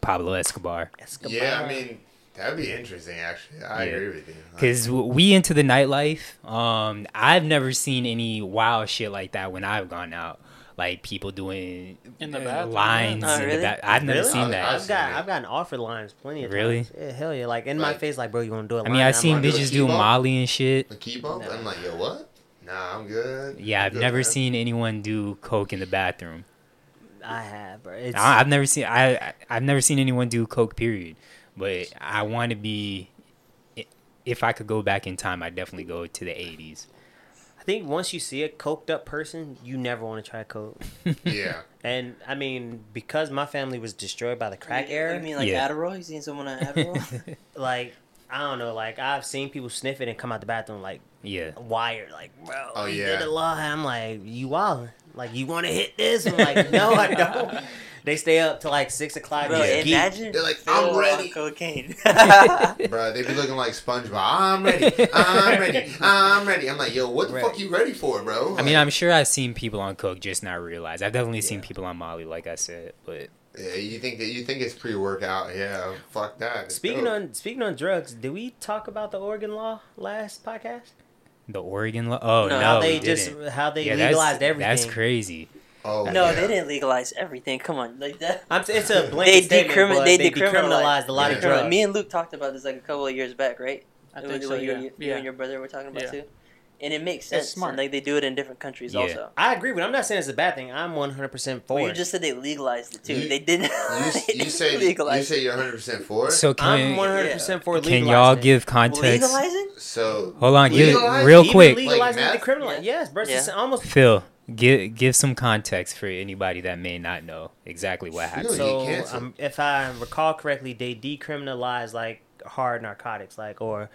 A: Pablo Escobar.
E: Escobar.
D: Yeah, I mean that'd be interesting. Actually, I
A: Yeah.
D: agree with you.
A: Cause w- we into the nightlife. Um, I've never seen any wild shit like that when I've gone out. Like people doing
B: In the
A: uh,
B: bathroom,
A: lines.
C: yeah. Oh,
A: in the
C: really?
A: ba- I've never
E: Really?
A: seen that.
D: I-
E: I've got I've gotten offered lines plenty of
A: Really?
E: times. Yeah, hell yeah. Like in my
D: Like-
E: face, like bro, you gonna do it?
A: I mean, I've seen
D: do a
A: bitches
D: key
A: do
D: bump.
A: Molly and shit.
D: The key bump. I'm like, yo, what? Nah, I'm good.
A: Yeah,
D: I'm
A: I've
D: good,
A: never
D: man.
A: seen anyone do coke in the bathroom.
E: I have, bro. It's,
A: I, I've never seen I I- I've never seen anyone do coke. Period. But I want to be. i- If I could go back in time, I'd definitely go to the '80s.
E: I think once you see a coked up person, you never want to try coke.
D: Yeah,
E: And I mean, because my family was destroyed by the crack
C: you,
E: era,
C: You mean like
A: Yeah.
C: Adderall? You seen someone on Adderall?
E: like I don't know, like I've seen people sniff it and come out the bathroom like
A: yeah.
E: wired, like bro,
D: Oh,
E: you
D: yeah.
E: did a lot. I'm like, you wild. Like you want to hit this? I'm like, no, I don't. They stay up till like six o'clock.
C: Bro,
E: just geek.
C: imagine
D: They're like,
C: Phil
D: "I'm
C: on
D: ready."
C: Cocaine.
D: bro, they be looking like SpongeBob. "Ah, I'm ready. I'm ready. Ah, I'm ready. I'm like, yo, what the fuck
E: Right.
D: you ready for, bro?
A: I
D: Like,
A: mean, I'm sure I've seen people on coke, just not realize. I've definitely seen
E: Yeah.
A: people on Molly, like I said, but
D: yeah, you think that you think it's pre-workout? Yeah, fuck that. It's
E: Speaking
D: dope.
E: on speaking on drugs, did we talk about the Oregon law last podcast?
A: the Oregon law. Oh
C: No,
A: no,
E: how they
A: we
E: just
A: didn't.
E: how they
A: Yeah, that's-
E: legalized everything.
A: That's crazy.
D: oh
C: no,
D: yeah.
C: they didn't legalize everything. Come on, like that.
E: I'm, s- it's a
C: They,
E: blanket statement,
C: decrimin-
E: but
C: they,
E: they,
C: decriminalized,
E: decriminalized a lot
D: Yeah.
E: of drugs.
C: Me and Luke talked about this like a couple of years back, right?
B: I
C: It
B: think
C: was
B: so.
C: what you,
B: Yeah.
C: and you, you
B: yeah.
C: and your brother were talking about
B: Yeah.
C: too. And it makes sense.
B: smart.
C: And, like they do it in different countries
A: Yeah.
C: also.
E: I agree, but I'm not saying it's a bad thing. I'm 100 percent for
C: Well, you
E: it.
C: just said they legalized it too.
D: You-
C: they didn't.
D: You,
C: they
D: you
C: didn't
D: say you
C: legalize.
D: say you're 100 percent for it.
A: So
E: I'm
A: can
E: 100 percent for
A: can
E: legalizing
A: y'all
E: it.
A: give context?
C: legalize it?
D: so
A: Hold on, give
D: Legalize?
A: real
E: Even
A: quick,
E: legalizing
D: Like meth?
E: the decriminalizing.
C: Yeah.
E: Yes, bro. It's
C: Yeah.
E: just almost
A: Phil. Give give some context for anybody that may not know exactly what happened.
D: Really?
E: so.
D: can't.
E: Um, if I recall correctly, they decriminalized like hard narcotics, like or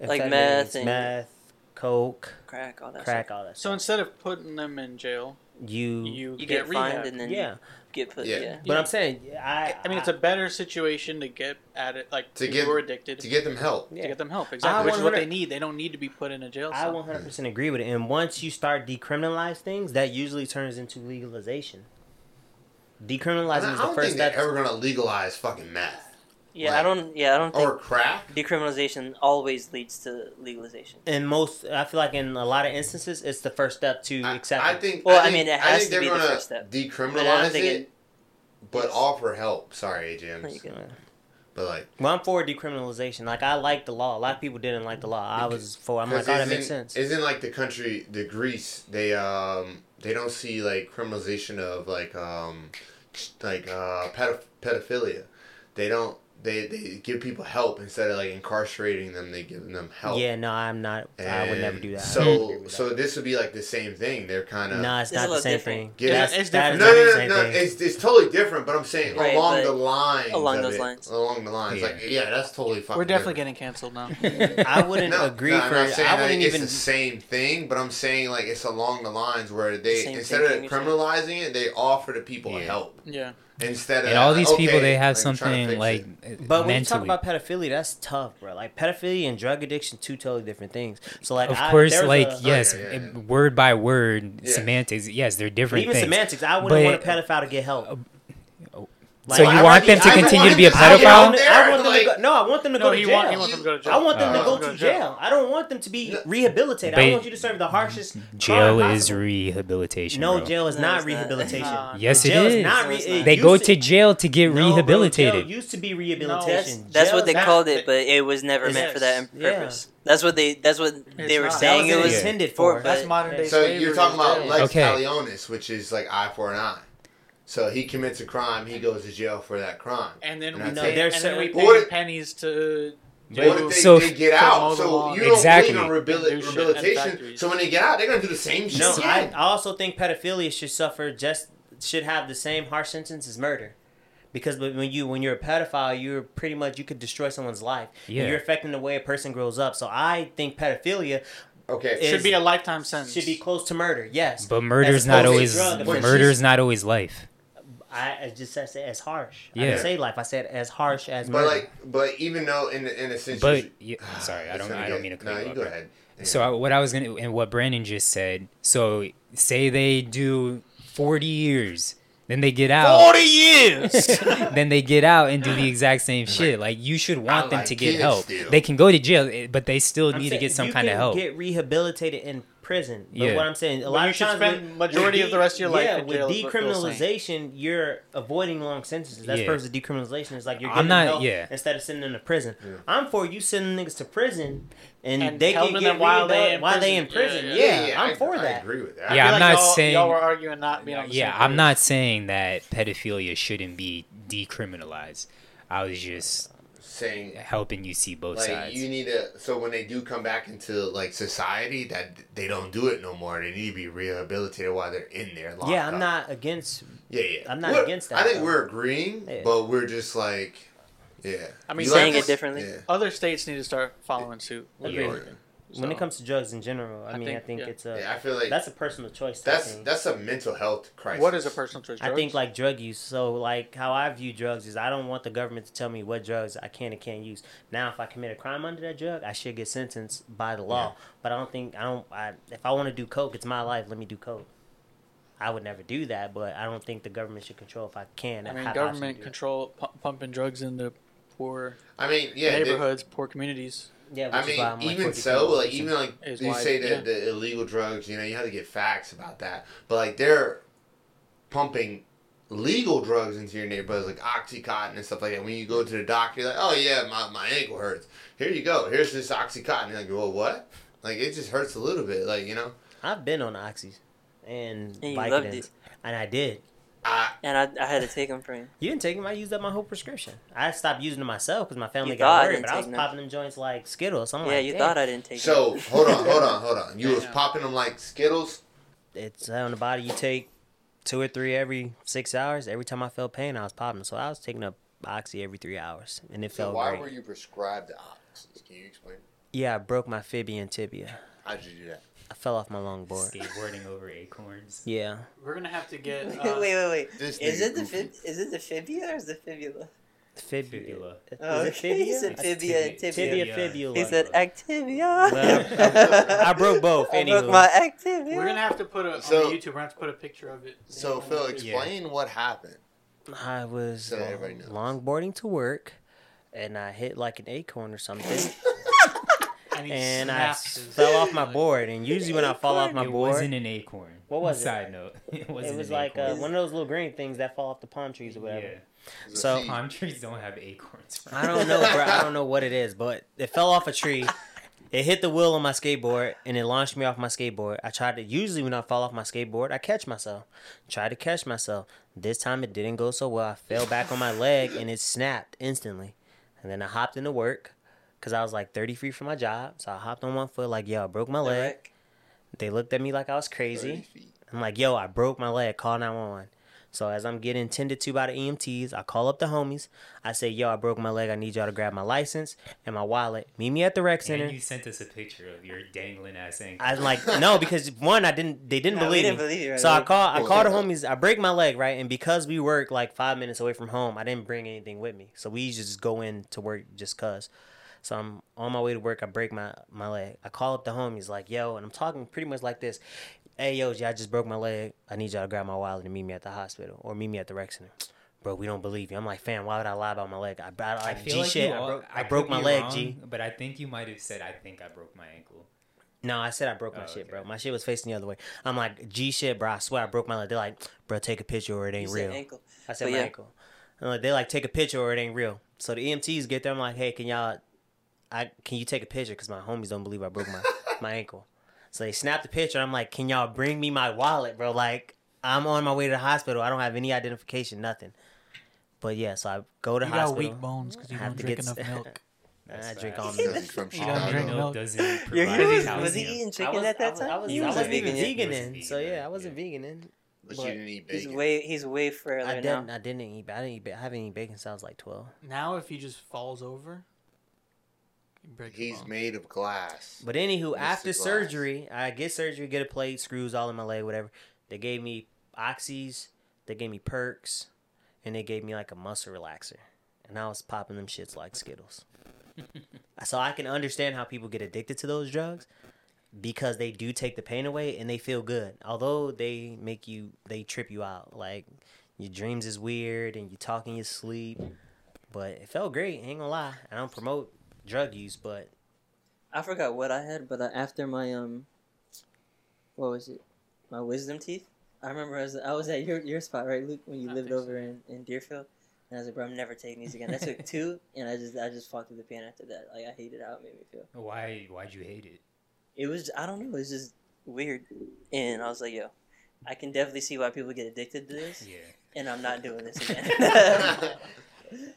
C: Like
E: amphetamines,
C: meth and-
E: meth, coke,
C: Crack all that. Crack.
E: crack, all that.
B: So
E: stuff.
B: instead of putting them in jail,
E: you,
D: Mm.
B: you,
C: You
B: get,
C: get, fined
B: rehab.
C: and then
E: yeah.
C: you get put.
D: Yeah.
C: Yeah.
E: But I'm saying, I,
B: I mean, it's a better situation to get at it, like
D: To
B: to
D: get-
B: get, you're addicted
D: to get them help.
E: yeah.
B: to get them help. Exactly, which is what
E: 100
B: they need. They don't need to be put in a jail.
E: I
B: cell.
E: 100 percent agree with it. And once you start decriminalize things, that usually turns into legalization.
D: I
E: Decriminalizing
D: don't
E: is the first
D: think they're
E: step.
D: ever gonna legalize fucking meth
C: Yeah,
D: Like-
C: I don't. Yeah, I don't think
D: or crack.
C: decriminalization always leads to legalization.
E: in most, I feel like in a lot of instances, it's the first step to
D: I,
E: accept.
D: I
E: it.
D: think.
C: Well,
D: I,
C: I
D: think,
C: mean, it
D: I
C: has
D: think
C: to
D: they're
C: be the
D: gonna
C: first step. But I
D: decriminalize
C: don't think
D: it, but
C: Yes.
D: offer help. Sorry, James.
C: You can-
D: But like,
E: Well, I'm for decriminalization. Like I like the law. A lot of people didn't like the law. I was for. I'm like,
D: 'cause
E: oh, that
D: isn't-
E: makes sense.
D: Isn't like the country, the Greece, they um they don't see like criminalization of like um like uh pedoph- pedophilia. They don't. They, they give people help instead of like incarcerating them. They give them help.
E: Yeah, no, I'm not. I would never
D: And
E: do that. I don't agree
D: So
E: with
D: so
E: that.
D: this would be like the same thing. They're kind of
E: no, it's
C: It's a
E: not the
C: little
E: same
C: different.
E: thing.
D: Yeah,
E: That's-
B: it's
E: that is
D: no,
E: not the
D: no, no,
E: same
D: no.
E: thing.
D: It's, it's totally different, but I'm saying
C: Right,
D: along
C: but-
D: the lines.
C: along
D: of
C: those
D: it.
C: lines.
D: Along the lines.
A: Yeah.
D: Like, yeah, that's totally fucking
B: We're definitely
D: different.
B: getting canceled now.
E: I wouldn't
D: No,
E: agree
D: no,
E: for.
D: I'm not saying
E: I
D: that
E: wouldn't
D: it's
E: even.
D: the same thing, but I'm saying like it's along the lines where they
C: Same
D: instead
C: thinking,
D: of
C: you said.
D: criminalizing it, they offer the people
A: Yeah.
D: help
B: yeah,
D: instead of
A: And all
D: like,
A: these people,
D: okay,
A: they have
D: like, trying to fix
A: something
D: it.
A: like uh,
E: But
A: mentally.
E: when you talk about pedophilia, that's tough, bro. Like pedophilia and drug addiction, two totally different things. So like,
A: of
E: I,
A: course,
E: there's
A: like
E: a-
A: yes,
D: Oh, yeah, yeah, yeah.
A: word by word
D: Yeah.
A: semantics. Yes, they're different
E: even
A: things.
E: semantics. I wouldn't
A: But- uh,
E: want a pedophile to get help.
A: So you want them to
D: I
A: continue
D: want
A: to be a
D: him to stay out
A: pedophile?
D: there.
E: I want them to
D: Like-
E: go, no, I want them to
B: No,
E: go to
B: he
E: jail.
B: want- he wants them to go to jail.
E: I want them
D: Uh,
E: to go
B: go
E: to
B: to
E: jail.
B: jail.
E: I don't want them to be rehabilitated. I
A: But-
E: want you to serve the harshest.
A: Mm-hmm. Jail
E: crime
A: is
E: possible.
A: rehabilitation.
E: no
A: bro.
E: jail is
C: No,
E: not
C: it's not.
E: rehabilitation.
B: Nah.
A: Yes, it
E: jail is
A: is.
E: not. Re-
C: No, it's
E: it
C: not.
A: They
E: used
A: go to jail to get
E: No, bro,
A: rehabilitated.
E: jail used to be rehabilitation.
C: That's
E: Jail
C: what they
E: is not-
C: called it, but it was never
E: It's-
C: meant for that in
E: yeah.
C: purpose. That's what they. That's what they were
B: not.
C: saying.
E: That
C: It
E: was
C: was
E: intended for.
C: for.
B: That's
C: but-
B: modern day
D: So
B: slavery
D: you're talking
B: was
D: about
B: jail.
D: Lex
A: Okay.
D: Talionis, which is like eye for an eye. So he commits a crime, he goes to jail for that crime.
B: and then
D: And
B: we
D: that's
B: pay,
E: it.
B: and then we
D: But what
B: pay
D: if-
B: pennies to
D: But what
B: do-
D: if they,
A: So-
D: they get
B: to mow
D: out?
B: the
D: So
B: lawn.
D: you don't
A: Exactly.
D: believe in
B: And do
D: rehabil-
B: shit at
D: rehabilitation.
B: factories.
D: So when they get out, they're gonna do the same shit.
E: No, I,
D: again.
E: I also think pedophilia should suffer just should have the same harsh sentence as murder. Because when when you when you're a pedophile, you're pretty much you could destroy someone's life. And
A: Yeah.
E: You're affecting the way a person grows up. So I think pedophilia
D: okay.
E: It-
B: should be a lifetime sentence.
E: should be close to murder. Yes.
A: But murder's
E: As
A: not
E: opposed
A: always
E: to drug offenses.
A: murder's not always life.
E: I, I just said as harsh. I
A: Yeah.
E: didn't say life. I said as harsh as
D: But
E: murder.
D: like, but even though in the in a sense,
A: But
D: you-
A: yeah, sorry, I
D: It's
A: don't
D: gonna
A: I don't
D: get-
A: mean to cut
D: No,
A: you
D: you
A: off,
D: go
A: bro.
D: ahead. Yeah.
A: So I, what I was gonna and what Brandon just said. So say they do forty years, then they get out. Forty years. then they get out and do the exact same shit. Like you should want them
D: like
A: to get
D: kids
A: help.
D: still.
A: They can go to jail, eh, but they still
E: I'm
A: need to
E: saying
A: get some
E: you
A: kind of
E: can
A: help.
E: Get rehabilitated in prison. But
A: Yeah.
E: what I'm saying, a
B: But
E: lot
B: you
E: of
B: should
E: times
B: spend
E: with-
B: majority
E: with
B: of the rest of your life
E: Yeah,
B: in
E: with
B: jail is what Bill's
E: decriminalization, you're avoiding long sentences. That's
A: Yeah.
E: purpose of decriminalization. It's like you're
A: I'm
E: getting
A: not-
E: help
A: yeah.
E: instead of sending them to prison. I'm for you sending niggas to prison and,
B: And
E: they can
B: helping
E: get
B: them while they
E: rehabil-
B: in
E: while they in
B: prison.
E: prison.
B: Yeah,
E: Yeah,
B: yeah,
E: I'm
D: I-
E: for
D: I
E: that.
D: agree with that.
B: I
A: Yeah,
B: feel
A: I'm
B: like
A: not
B: y'all,
A: saying-
B: y'all were arguing not being on the
A: yeah,
B: same
A: I'm
B: page.
A: not saying that pedophilia shouldn't be decriminalized. I was just
D: saying
A: helping you see both
D: like
A: sides.
D: you need to. So when they do come back into like society, that they don't do it no more. They need to be rehabilitated while they're in there. locked
E: Yeah, I'm
D: up.
E: not against.
D: Yeah, yeah.
E: I'm not
D: We're-
E: against that,
D: I think
E: though.
D: we're agreeing,
E: Yeah.
D: but we're just like, yeah.
B: I mean,
D: You like
B: saying
D: this?
C: it differently.
D: Yeah.
B: Other states need to start following suit.
E: Agreed.
D: Yeah.
E: When
B: So-
E: it comes to drugs in general, I,
B: I
E: mean,
B: think-
E: I think
B: yeah.
E: it's a
D: Yeah, I feel like
E: that's
D: that's
E: a personal choice. I
D: that's
E: think.
D: that's a mental health crisis.
B: What is a personal choice?
E: I
B: Drugs?
E: think like drug use. So like how I view drugs is I don't want the government to tell me what drugs I can and can't use. Now if I commit a crime under that drug, I should get sentenced by the law. But I don't think I don't. I, if I want to do coke, it's my life. Let me do coke. I would never do that, but I don't think the government should control if I can.
B: I
E: have
B: mean,
E: options
B: government
E: to do
B: control pu- pumping drugs into poor
D: I mean, yeah. they-
B: neighborhoods, poor communities.
E: it. Yeah,
D: I
E: which is why
D: mean,
E: I'm,
D: even
E: for
D: so, like
E: decriminalization.
D: even like
B: Is
D: you
B: why-
D: say that
B: yeah.
D: the illegal drugs, you know, you have to get facts about that. But like they're pumping legal drugs into your neighborhoods, like OxyContin and stuff like that. When you go to the doctor, you're like, oh yeah, my, my ankle hurts. Here you go. Here's this OxyContin. You're like, well, what? Like it just hurts a little bit. Like you know,
E: I've been on oxys and,
C: And you
E: Vicodins,
C: loved it.
E: and I did.
D: I
C: And I, I had to take them for you.
E: You didn't take them. I used up my whole prescription. I stopped using them myself because my family
C: You thought I
E: got worried.
C: didn't
E: But I was
C: take them.
E: popping them joints like Skittles. I'm
C: yeah,
E: like,
C: you
E: "Damn."
C: thought I didn't take
D: so
C: them.
D: hold on, hold on, hold on. You was
B: Yeah.
D: popping them like Skittles.
E: it's on the body. You take two or three every six hours. Every time I felt pain, I was popping. So I was taking up oxy every three hours, and it
D: So
E: felt
D: why
E: great.
D: were you prescribed the oxys? Can you explain?
E: yeah, I broke my fibia and tibia.
D: How'd you do that?
E: I fell off my longboard.
A: Skateboarding over acorns.
E: Yeah,
B: We're gonna have to get. uh,
C: wait, wait, wait.
D: This
C: Is
D: nigga
C: it the
D: goofy.
C: fib- is it the fibula or is the fibula?
E: fibula.
A: Fibula.
C: Oh,
E: Is it
C: okay. He
E: fibia?
C: said fibia and
A: Tibia.
C: tibia.
E: Tibia, fibula.
C: He said
E: I
C: activia.
E: broke both.
C: I
E: Anywho,
C: broke my activia.
B: We're gonna have to put a
D: So-
B: on YouTube. We're gonna have to put a picture of it.
D: So Phil, explain what happened.
E: I was
D: So
E: uh,
D: everybody knows.
E: longboarding to work, and I hit like an acorn or something,
B: and, he
E: and I
B: snaps his-
E: fell off my board. And usually when I fall off my
A: it
E: board,
A: wasn't an acorn.
E: What was it?
A: Side note. It, wasn't
E: it was
A: an
E: like uh,
A: acorn.
E: one of those little green things that fall off the palm trees or whatever.
A: yeah.
D: It was a
E: So-
D: seed.
A: Palm trees don't have acorns.
E: I don't know, bro. I don't know what it is, but it fell off a tree. It hit the wheel on my skateboard and it launched me off my skateboard. I tried to usually when I fall off my skateboard, I catch myself. Tried to catch myself. This time it didn't go so well. I fell back on my leg and it snapped instantly. And then I hopped into work because I was like 30 feet from my job. So I hopped on one foot, like, yo, I broke my leg. They looked at me like I was crazy.
D: 30 feet.
E: I'm like, yo, I broke my leg. Call 911. So as I'm getting tended to by the EMTs, I call up the homies. I say, yo, I broke my leg. I need y'all to grab my license and my wallet. Meet me at the rec center.
A: And you sent us a picture of your dangling ass ankle.
E: I'm like, no, because one, I didn't. They didn't
C: No, we
E: believe
C: didn't
E: me.
C: believe you right
E: so I
C: away.
E: call. I
D: Well,
E: call the
D: yeah.
E: homies. I break my leg, right? And because we work like five minutes away from home, I didn't bring anything with me. So we just go in to work just cause. So I'm on my way to work. I break my my leg. I call up the homies like, yo, and I'm talking pretty much like this. Hey, yo, G, I just broke my leg. I need y'all to grab my wallet and meet me at the hospital or meet me at the rec center. bro, we don't believe you. I'm like, fam, why would I lie about my leg? I, I, I,
A: I feel
E: G
A: like
E: shit.
A: you
E: I
A: all-
E: broke, I
A: could
E: broke
A: be
E: my leg,
A: wrong,
E: G.
A: But I think you might have said, "I think I broke my ankle."
E: No, I said I broke my
A: Oh,
E: shit,
A: okay.
E: bro. My shit was facing the other way. I'm like, G shit, bro. I swear I broke my leg. They're like, bro, take a picture or it
C: You
E: ain't
C: said
E: real.
C: ankle.
E: I said
C: But
E: my
C: yeah.
E: ankle. And like, they like take a picture or it ain't real. So the EMTs get there. I'm like, hey, can y'all, I can you take a picture? Cause my homies don't believe I broke my my ankle. So they snap the picture. I'm like, can y'all bring me my wallet, bro? Like I'm on my way to the hospital. I don't have any identification, nothing. But yeah, so I go to
F: You got
E: hospital.
F: weak bones because you
E: I have
F: don't
E: to
F: drink
E: get
F: enough
E: s-
F: milk.
A: That's
E: I drink
A: facts.
E: all
C: He
E: milk.
C: doesn't-
D: He's from
F: You don't
D: Chicago.
F: drink
A: Milk
F: milk.
A: doesn't
C: Yeah,
A: provide
C: he was,
A: calcium.
C: was he eating
E: I
C: chicken
E: was-
C: at that
E: I was-
C: time?
E: I was,
C: He
E: I
C: was
E: wasn't
C: a
E: even
A: vegan.
E: vegan,
A: He was a
E: then,
A: vegan,
E: so yeah,
A: right?
E: I wasn't
A: Yeah.
E: vegan then.
D: But
E: But
D: you didn't eat
C: He's
D: bacon.
C: way he's way further
E: I
C: now.
E: didn't. I didn't eat. I didn't eat. ba- I haven't eaten bacon since I was like twelve.
F: Now, if he just falls over, he breaks your
D: He's
F: bone.
D: made of glass.
E: But anywho,
D: Mr.
E: after
D: Glass.
E: surgery, I get surgery, get a plate, screws all in my leg, whatever. They gave me oxys, they gave me perks, and they gave me like a muscle relaxer. And I was popping them shits like Skittles. so I can understand how people get addicted to those drugs because they do take the pain away and they feel good. Although they make you they trip you out. Like your dreams is weird and you talk in your sleep. But it felt great, ain't gonna lie. I don't promote drug use, but
C: I forgot what I had, but uh, after my um, what was it? My wisdom teeth. I remember I was I was at your your spot right, Luke, when you
F: I
C: lived
F: think
C: over in, in Deerfield, and I was like, bro, I'm never taking these again. I took two, and I just I just fought through the pain after that. Like I hated how it made me feel.
A: Why? Why'd you hate it?
C: It was I don't know, it was just weird, and I was like, yo, I can definitely see why people get addicted to this,
A: Yeah.
C: and I'm not doing this again.
E: I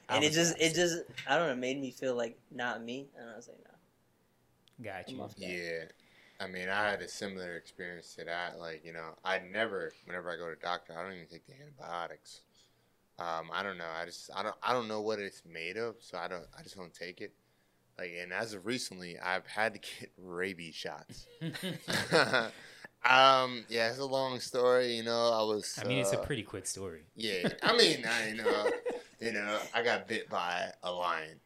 C: and it
E: was
C: just it
E: lost.
C: just I don't know, made me feel like not me, and I was like, no.
A: Got
C: I'm
A: you.
C: off that.
D: Yeah. I mean, I had a similar experience to that. Like, you know, I never, whenever I go to doctor, I don't even take the antibiotics. Um, I don't know. I just, I don't, I don't know what it's made of, so I don't, I just don't take it. Like, and as of recently, I've had to get rabies shots. um, yeah, it's a long story. You know, I was.
A: I mean, it's a
D: uh,
A: pretty quick story.
D: Yeah, I mean, I you know, you know, I got bit by a lion,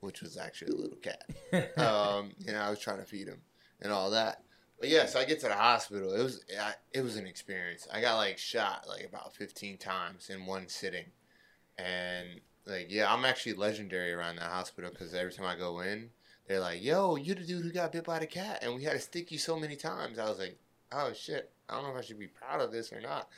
D: which was actually a little cat. Um, you know, I was trying to feed him and all that. But yeah, so I get to the hospital. It was I, it was an experience. I got like shot like about fifteen times in one sitting, and like yeah, I'm actually legendary around that hospital because every time I go in, they're like, "Yo, you the dude who got bit by the cat," and we had to stick you so many times. I was like, "Oh shit, I don't know if I should be proud of this or not."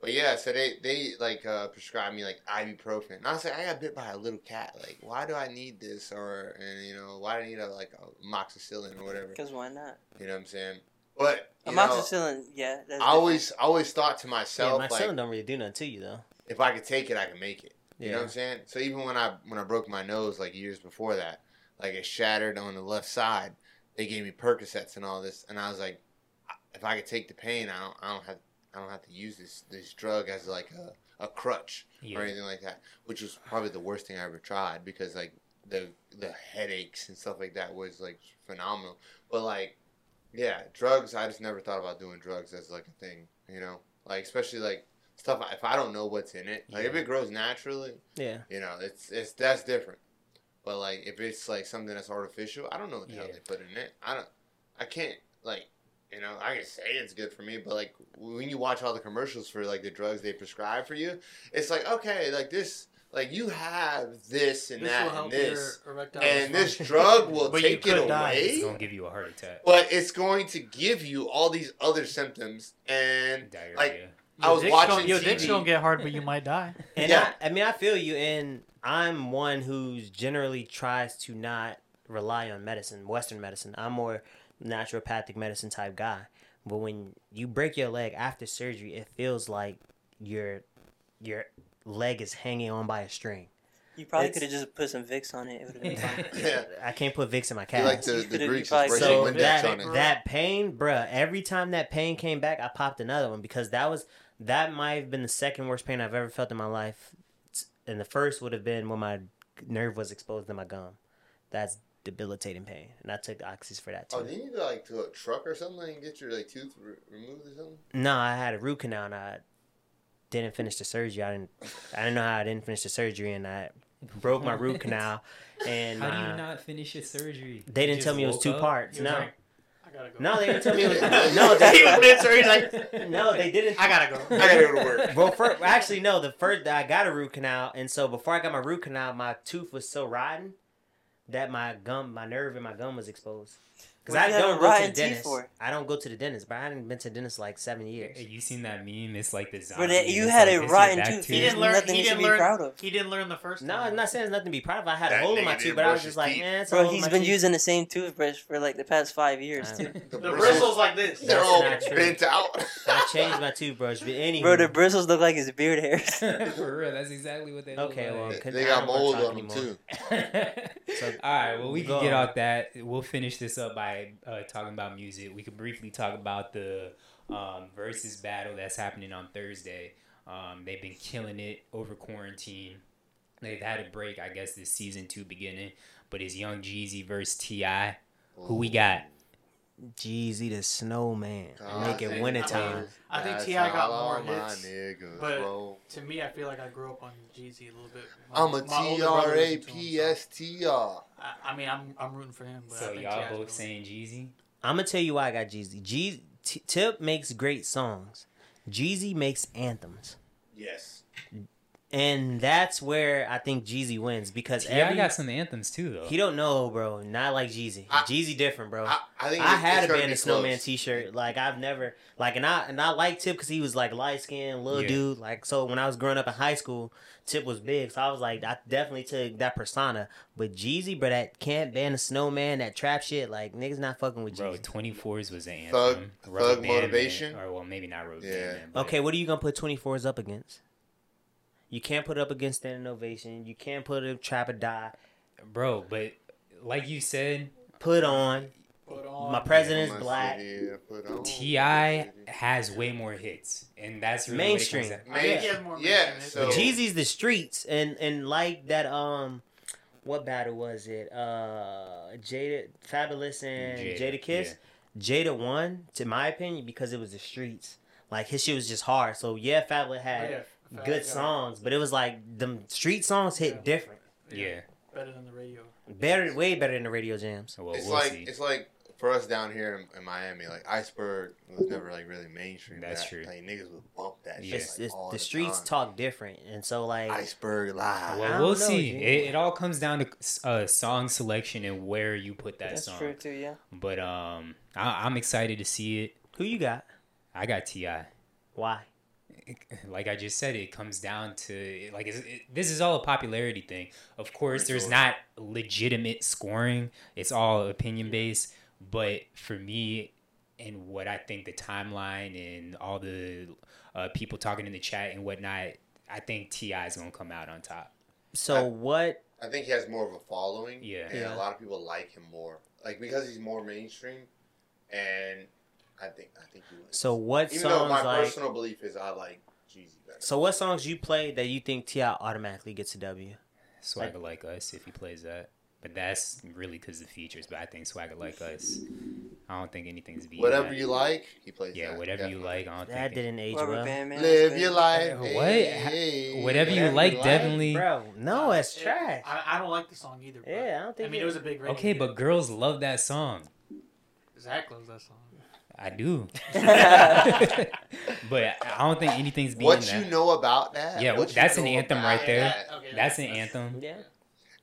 D: But yeah, so they they like uh, prescribed me like ibuprofen, and I was like, I got bit by a little cat. Like, why do I need this? Or and you know, why do I need a like a amoxicillin or whatever?
C: Because why not?
D: You know what I'm saying? But you know,
C: Amoxicillin, yeah. That's
D: I always I always thought to myself
E: yeah, my
D: like,
E: son don't really do nothing to you though.
D: if I could take it, I can make it. You know
E: Yeah.
D: what I'm saying? So even when I when I broke my nose like years before that, like it shattered on the left side, they gave me Percocets and all this, and I was like, I- if I could take the pain, I don't I don't have I don't have to use this this drug as like a a crutch
A: Yeah.
D: or anything like that, which was probably the worst thing I ever tried because like the the headaches and stuff like that was like phenomenal. But like, yeah, drugs. I just never thought about doing drugs as like a thing, you know, like especially like stuff if I don't know what's in it. Like if it grows naturally,
E: Yeah.
D: you know, it's it's that's different. But like if it's like something that's artificial, I don't know what the hell
A: Yeah.
D: they put in it. I don't. I can't like. You know, I can say it's good for me, but like when you watch all the commercials for like the drugs they prescribe for you, it's like okay, like this, like you have this and
F: This will
D: that and
F: help
D: this,
F: your erectile
D: and this
F: dysfunction.
D: drug will
F: But you
D: take it
F: could die.
D: away,
A: It's gonna give you a heart attack.
D: but it's going to give you all these other symptoms. And
A: Diarrhea.
D: like I
F: Your
D: was
F: dick's
D: watching
F: gonna- Your dick's
D: TV.
F: gonna get hard, but you might die.
E: And
D: Yeah.
E: I, I mean, I feel you, and I'm one who's generally tries to not rely on medicine, Western medicine. I'm more naturopathic medicine type guy. But when you break your leg after surgery, it feels like your your leg is hanging on by a string.
C: You probably
E: It's-
C: could have just put some Vicks on it. It would have been fine.
D: yeah,
E: I can't put Vicks in my
D: you
E: cast.
D: like the,
C: You
D: the
C: could've-
D: Greeks
C: you probably
D: with bracelet
E: so
D: windex
E: that
D: on it.
E: that pain, bruh. Every time that pain came back, I popped another one because that was that might have been the second worst pain I've ever felt in my life, and the first would have been when my nerve was exposed to my gum. That's debilitating pain, and I took the oxys for that too.
D: Oh, didn't you go like to a truck or something and get your like tooth re- removed or something?
E: No, I had a root canal and I didn't finish the surgery. I didn't. I didn't know how I didn't finish the surgery, and I broke my root canal. And uh,
A: How do
E: my-
A: you not finish your surgery?
E: they
A: You
E: didn't
A: just
E: tell me it was
A: woke
E: two
A: up?
E: parts.
A: You
E: No,
A: was like,
F: I gotta go.
E: No, they didn't tell me. It was, no, they,
F: He was bitter, he's
E: like, no, they didn't.
F: I gotta go.
D: I gotta go to work.
E: Well, first, actually, no. The first I got a root canal, and so before I got my root canal, my tooth was so rotten that my gum, my nerve, and my gum was exposed. Because
C: What
E: I
C: you having
E: don't go to
C: rotten
E: the
C: teeth
E: dentist.
C: for?
E: I don't go to the dentist, but I haven't been to the dentist like seven years.
A: You seen that meme? It's like the zombie.
C: But it, you
A: it's like
C: had a
A: this, your
C: rotten
A: back
C: tooth.
F: He
A: tooth.
C: There's
F: didn't learn-
C: Nothing
F: he
C: you should
F: didn't
C: be
F: learn-
C: proud of.
F: He didn't learn the first
E: No,
F: time.
E: I'm not saying there's nothing to be proud of. I had a
D: That
E: hole in
D: nigga
E: my
D: didn't
E: tooth, but I was
D: brush
E: just
D: his
E: like,
D: teeth.
E: man, it's a
C: Bro,
E: hole in
C: he's
E: my
C: been
E: teeth.
C: using the same toothbrush for like the past five years
E: I-
C: too.
D: The
F: The bristles like this.
D: They're all
E: That's not true.
D: bent out.
E: I changed my toothbrush, but anyway.
C: Bro, the bristles look like his beard hairs.
A: For real, that's exactly what they. look
E: Okay, well,
A: like.
E: con-
D: they
E: I
D: got
E: don't wanna
D: mold
E: talk
D: on them
E: anymore.
D: too.
E: So-
A: all right, well, we
E: Go
A: can get
E: on.
A: off that. We'll finish this up by uh, talking about music. We could briefly talk about the um, versus battle that's happening on Thursday. Um, they've been killing it over quarantine. They've had a break, I guess, this season two beginning. But it's Young Jeezy versus Ti. Who we got?
E: Jeezy the snowman.
D: God,
E: Make
F: I
E: it
F: think-
E: wintertime.
F: I think
D: That's
F: T.I. got
D: all
F: more
D: my
F: hits,
D: niggas,
F: but-
D: bro.
F: To me, I feel like I grew up on Jeezy a little bit. My-
D: I'm a
F: my older brother listened to him, so-
D: T-R-A-P-S-T-R.
F: I, I mean, I'm I'm rooting for him. But I
A: So
F: think
A: y'all
F: T.I. 's
A: both
F: doing-
A: saying Jeezy?
E: I'm gonna tell you why I got Jeezy. Jeez, T- Tip makes great songs. Jeezy makes anthems,
D: Yes.
E: and that's where I think Jeezy wins because
A: Ti
E: every
A: got some anthems too, though.
E: he don't know, bro. Not like Jeezy.
D: I-
E: Jeezy different, bro.
D: I,
E: I,
D: I think it's-
E: had
D: it's
E: a
D: gonna
E: band
D: be
E: of snowman
D: close.
E: T-shirt. Like I've never like, and I and I like Tip because he was like light skinned little
A: Yeah.
E: dude. Like so, when I was growing up in high school, Tip was big, so I was like, I definitely took that persona. But Jeezy, bro, that can't ban a snowman, that trap shit. Like niggas not fucking with
A: Bro,
E: Jeezy.
A: 24s was an anthem.
D: Thug-
A: Rubber Band
D: Thug
A: Man,
D: Motivation?
A: or, well, maybe not Road
D: Yeah.
E: Okay, what are you gonna put twenty fours up against? You can't put it up against standing ovation. You can't put a trap or die.
A: Bro, but like you said,
E: Put on
F: Put on
E: my president's
D: Put my
E: black.
D: city up, put on
A: Ti
D: my city.
A: has way more hits, and that's really
E: Mainstream.
A: What it comes
F: I think he
D: Yeah,
F: has more
D: yeah,
F: mainstream hits.
D: so-
E: But Jeezy's the streets and and like that um, what battle was it? Uh, Jada Fabulous and
A: Jada,
E: Jada, Kiss. Jada won, to my opinion, because it was the streets. Like his shit was just hard. So yeah, Fabulous
F: Oh,
E: had
F: yeah, Fab
E: good
F: got
E: songs, but it was like them street songs hit
F: Yeah.
E: different.
A: at. yeah.
F: Better than the radio.
E: Better, way better than the radio jams.
A: Well,
D: It's
A: we'll
D: like
A: see.
D: it's like for us down here in, in Miami, like Iceberg was never like really mainstream.
A: That's
D: Like,
A: true.
D: Like niggas would bump that
A: Yeah.
D: shit.
E: It's,
D: like,
E: it's,
D: all
E: the streets
D: time.
E: talk different, and so like
D: Iceberg live.
E: I
A: well,
E: don't know,
A: we'll see.
E: G.
A: It, it all comes down to uh, song selection and where you put that
C: That's
A: song.
C: true too, yeah.
A: But um, I, I'm excited to see it.
E: who you got?
A: I got Ti.
E: Why?
A: Like I just said, it comes down to like it's, it, this is all a popularity thing. Of course, there's
D: Sure.
A: not legitimate scoring. It's all opinion based. But for me, and what I think the timeline and all the uh, people talking in the chat and whatnot, I think Ti is gonna come out on top.
E: So
D: I-
E: what?
D: I think he has more of a following.
A: Yeah.
D: And
E: Yeah.
D: a lot of people like him more. Like because he's more mainstream and I think I think he wins.
E: So what
D: even though
E: songs
D: my
E: like?
D: personal belief is I like Jeezy better.
E: So what songs you play that you think Ti automatically gets a W?
A: Swagger like, us if he plays that, but that's really because the features. But I think Swagger like us. I don't think anything's beating
D: Whatever
A: that.
D: you like, he plays
A: Yeah,
D: that,
A: whatever you
D: definitely.
A: like. I don't
E: That
A: think it-
E: didn't age
C: Rubber
E: well,
C: band man.
D: Live
C: that's
D: your
C: good.
D: life.
A: What?
D: hey,
A: Whatever you like, definitely.
E: bro. No, it's
F: It-
E: trash.
F: I, I don't like the song either. But,
E: Yeah, I don't
F: I
E: think.
F: mean, it was a big radio.
A: Okay,
F: hit.
A: but girls love that song.
F: Zach loves that song.
A: I do. but I don't think anything's beating
D: What
A: that.
D: you know about that?
A: Yeah,
D: What you
A: that's an
D: know
A: anthem
D: about
A: right there.
D: that?
F: Okay,
A: That's an anthem.
E: Yeah.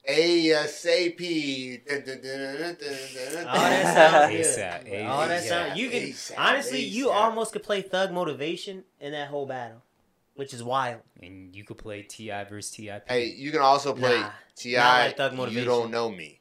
D: ASAP. Dun, dun, dun, dun, dun, dun,
E: All that
D: dun.
E: sound
A: good.
E: ASAP,
A: ASAP,
E: All that
A: ASAP.
E: sound. You can
D: ASAP,
E: honestly, you
D: ASAP.
E: almost could play Thug Motivation in that whole battle, which is wild.
A: And you could play Ti versus Ti.
D: Hey, you can also play
E: Nah,
D: Ti.
E: not like Thug
D: you
E: Motivation.
D: don't know me.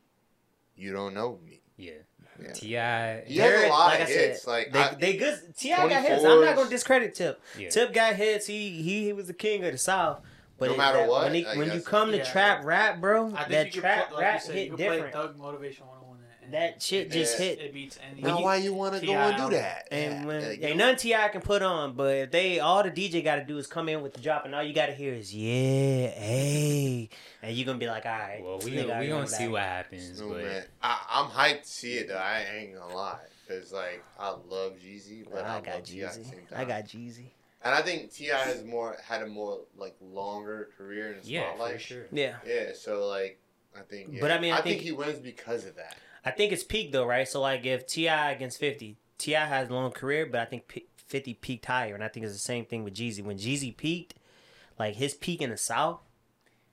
D: You don't know me.
A: yeah.
D: Yeah.
A: Ti.
D: He has a
E: They're-
D: lot
E: like
D: of
E: I said,
D: hits. like
E: They,
D: I,
E: they good. Ti got hits. I'm
D: 24s.
E: not gonna discredit Tip.
A: Yeah.
E: Tip got hits. He he, he was the king of the South. But
D: No
E: it-
D: matter
E: that-
D: what,
E: when, he-
D: I
E: when you
D: guess-
E: come to
F: Yeah.
E: trap rap, bro,
F: I think
E: that
F: you could
E: trap
F: put, like you
E: rap
F: said, you
E: hit
F: could
E: different.
F: play Thug Motivation 101. And
E: That shit just
D: Yeah.
E: hit.
F: It beats any.
E: Now
D: now, why you want to
F: T.I.
D: go and do
F: album.
D: that?
E: And
D: Yeah,
E: when
D: like,
E: ain't none Ti can put on, but if they all the DJ got to do is come in with the drop, and all you got to hear is yeah, hey, and you gonna be like, all right.
A: Well, we
E: this nigga
A: we
E: already
A: gonna
E: went
A: see
E: back.
A: what happens.
D: no,
A: but
D: man. I, I'm hyped to see it though. I ain't gonna lie, cause like I love Jeezy, but I,
E: I got
D: love Ti at the
E: Jeezy.
D: same time.
E: I got Jeezy.
D: and I think Ti has more had a more like longer career in the
A: yeah,
D: spotlight.
A: for sure.
E: Yeah.
D: Yeah, so like I think. Yeah.
E: But I mean, I
D: think,
E: think-
D: he wins because of that.
E: I think it's peak though, right? So like if Ti against Fifty, Ti has a long career, but I think P- Fifty peaked higher, and I think it's the same thing with Jeezy. When Jeezy peaked, like his peak in the South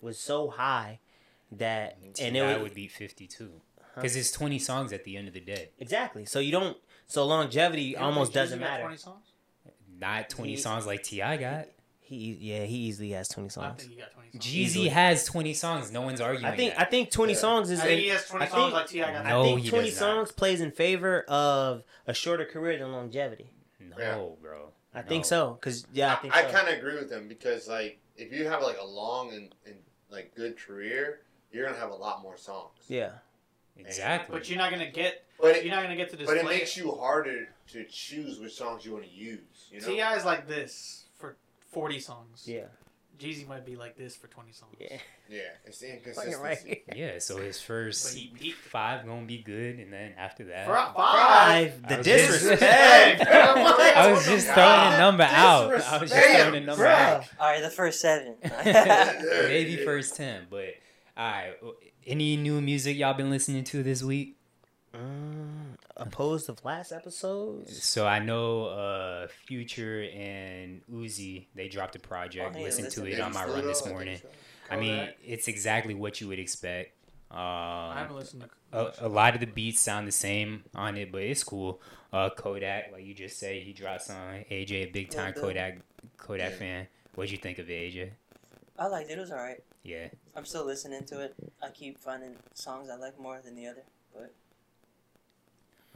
E: was so high that and
A: And
E: it
A: Mm-hmm. I
E: was,
A: would beat 52. Because it's 20 songs at the end of the day.
E: exactly. So you don't. So longevity almost doesn't matter.
A: Not 20
E: He-
A: songs like T.I. got.
E: He yeah, he easily has twenty
F: I
E: songs.
F: think he got 20 songs.
A: Jeezy has 20 songs. No one's arguing.
E: I think I
A: that.
E: think twenty
D: Yeah.
E: songs is.
F: I think he has 20 songs
E: think-
F: like T.I. got
A: No.
E: I think
A: he
E: twenty
A: does not.
E: songs plays in favor of a shorter career than longevity.
A: No, bro.
E: I think
A: No.
E: so, cause yeah, I think
D: I,
E: so.
D: kind of agree with him because like if you have like a long and, and like good career, you're gonna have a lot more songs.
E: yeah,
A: Exactly.
F: But you're not gonna get.
D: But it,
F: you're not gonna get to this.
D: but it makes you harder to choose which songs you want to use. You know.
F: Ti is like this for 40 songs.
E: yeah,
F: Jeezy might be like this for 20 songs.
E: yeah.
D: Yeah, it's the inconsistency.
E: Fucking right.
A: Yeah, so his
F: But
A: first
F: he peaked.
A: five gonna be good, and then after that,
F: For five.
E: Five. The
A: I was
E: disrespect.
F: just-
A: I was just throwing a number out. I was just
D: Disrespect.
A: throwing a number
E: Bruh.
C: All right, the first seven.
A: out.
D: Bruh.
A: Maybe first ten, but all right. Any new music y'all been listening to this week?
E: Mm, opposed of last episode.
A: So I know uh Future and Uzi they dropped a project.
C: Oh, yeah,
A: Listened to
C: listen
A: it
C: to
A: on
C: it.
A: my run this morning. I mean,
F: Kodak.
A: it's exactly what you would expect.
F: I haven't
A: Um,
F: listened to.
A: a, a lot of the beats sound the same on it, but it's cool. Uh, Kodak, like you just said, he dropped some. AJ, a big time
C: Yeah,
A: Kodak Kodak
D: Yeah.
A: fan. What'd you think of it, AJ?
C: I liked it. It was all right.
A: Yeah,
C: I'm still listening to it. I keep finding songs I like more than the other. But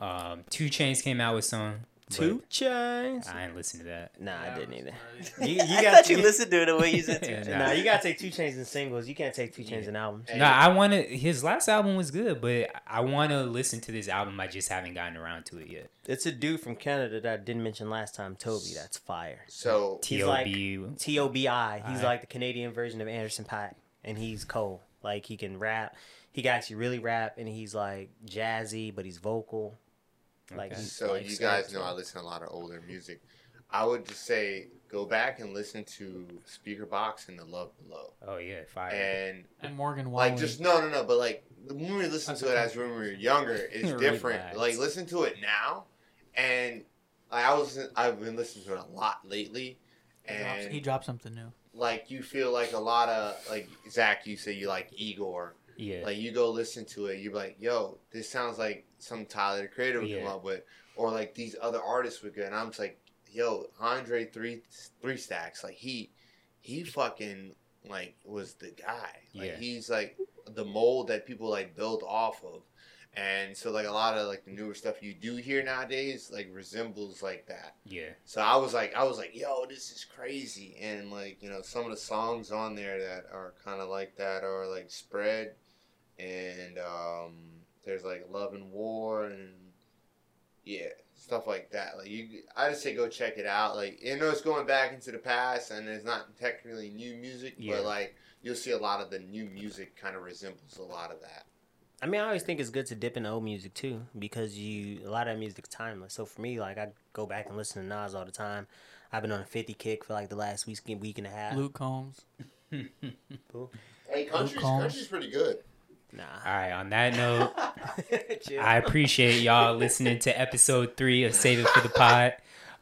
A: um, Two Chains came out with some. but
E: Two chains.
A: I ain't listen to that.
E: Nah, I didn't either.
F: either.
E: You, you
C: I
E: got
C: thought
E: to
C: you listened to it the way you said
A: Yeah,
C: it.
A: nah.
E: Nah, you gotta take two chains in singles. You can't take two chains in albums.
A: No, I want to. His last album was good, but I want to listen to this album. I just haven't gotten around to it yet.
E: It's a dude from Canada that I didn't mention last time, Toby. That's fire.
D: So
E: He's
A: T O B.
E: T O B I. He's
A: Alright.
E: like the Canadian version of Anderson Paak, and he's cold. Like he can rap. He can actually really rap, and he's like jazzy, but he's vocal. Like
A: Okay.
E: he-
D: So
E: like,
D: you guys know
E: so-
D: I listen to a lot of older music. I would just say go back and listen to Speaker Box and The Love Below.
A: Oh yeah, fire.
D: And
F: And Morgan Wallen.
D: like just no no no, but like when we listen to it as when we were younger, it's different.
A: Relax.
D: Like listen to it now and like I was I've been listening to it a lot lately.
F: He drops- he
D: And
F: dropped something new.
D: like you feel like a lot of like Zach, you say you like Igor.
A: yeah,
D: Like you go listen to it, you're like, yo, this sounds like some Tyler the Creator would come
A: Yeah.
D: up with, or like these other artists would go. And I'm just like, yo, Andre three three stacks, like he he fucking like was the guy. Like
A: Yeah.
D: he's like the mold that people like build off of. And so like a lot of like the newer stuff you do here nowadays like resembles like that.
A: yeah.
D: So I was like, I was like, yo, this is crazy. And like, you know, some of the songs on there that are kind of like that are like Spread, and um, there's like Love and War, and yeah, stuff like that. Like you, I just say go check it out. Like you know, it's going back into the past, and it's not technically new music,
A: Yeah.
D: but like you'll see a lot of the new music kind of resembles a lot of that.
E: I mean, I always think it's good to dip into old music too because you a lot of that music's timeless. So for me, like I go back and listen to Nas all the time. I've been on a fifty kick for like the last week week and a half.
F: Luke Combs.
D: Hey, country's,
F: Combs.
D: country's pretty good.
A: All
E: Nah,
A: right. On that note,
E: Chill.
A: I appreciate y'all listening to episode three of Save It for the Pod.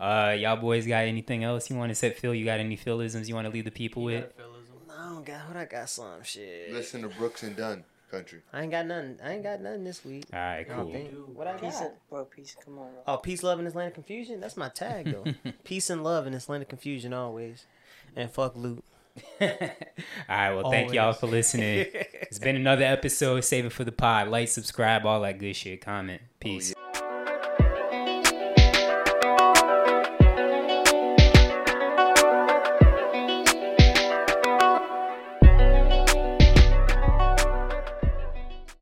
A: Uh, y'all boys got anything else you want to set, Phil? You got any philisms you want to leave the people with?
F: Pedophilism.
E: I don't got what I got. Some shit.
D: Listen to Brooks and Dunn country.
E: I ain't got nothing. I ain't got nothing this week.
A: All right,
E: I don't
A: cool.
E: think. What I
C: Peace,
E: got?
C: and- bro. Peace. Come on, bro.
E: Oh, peace, love, and Islamic confusion. That's my tag though. peace and love and Islamic confusion always. And fuck Luke.
A: All right, well, thank y'all
F: Always.
A: for listening. it's been another episode. Save it for the pod. Like, subscribe, all that good shit. Comment. Peace.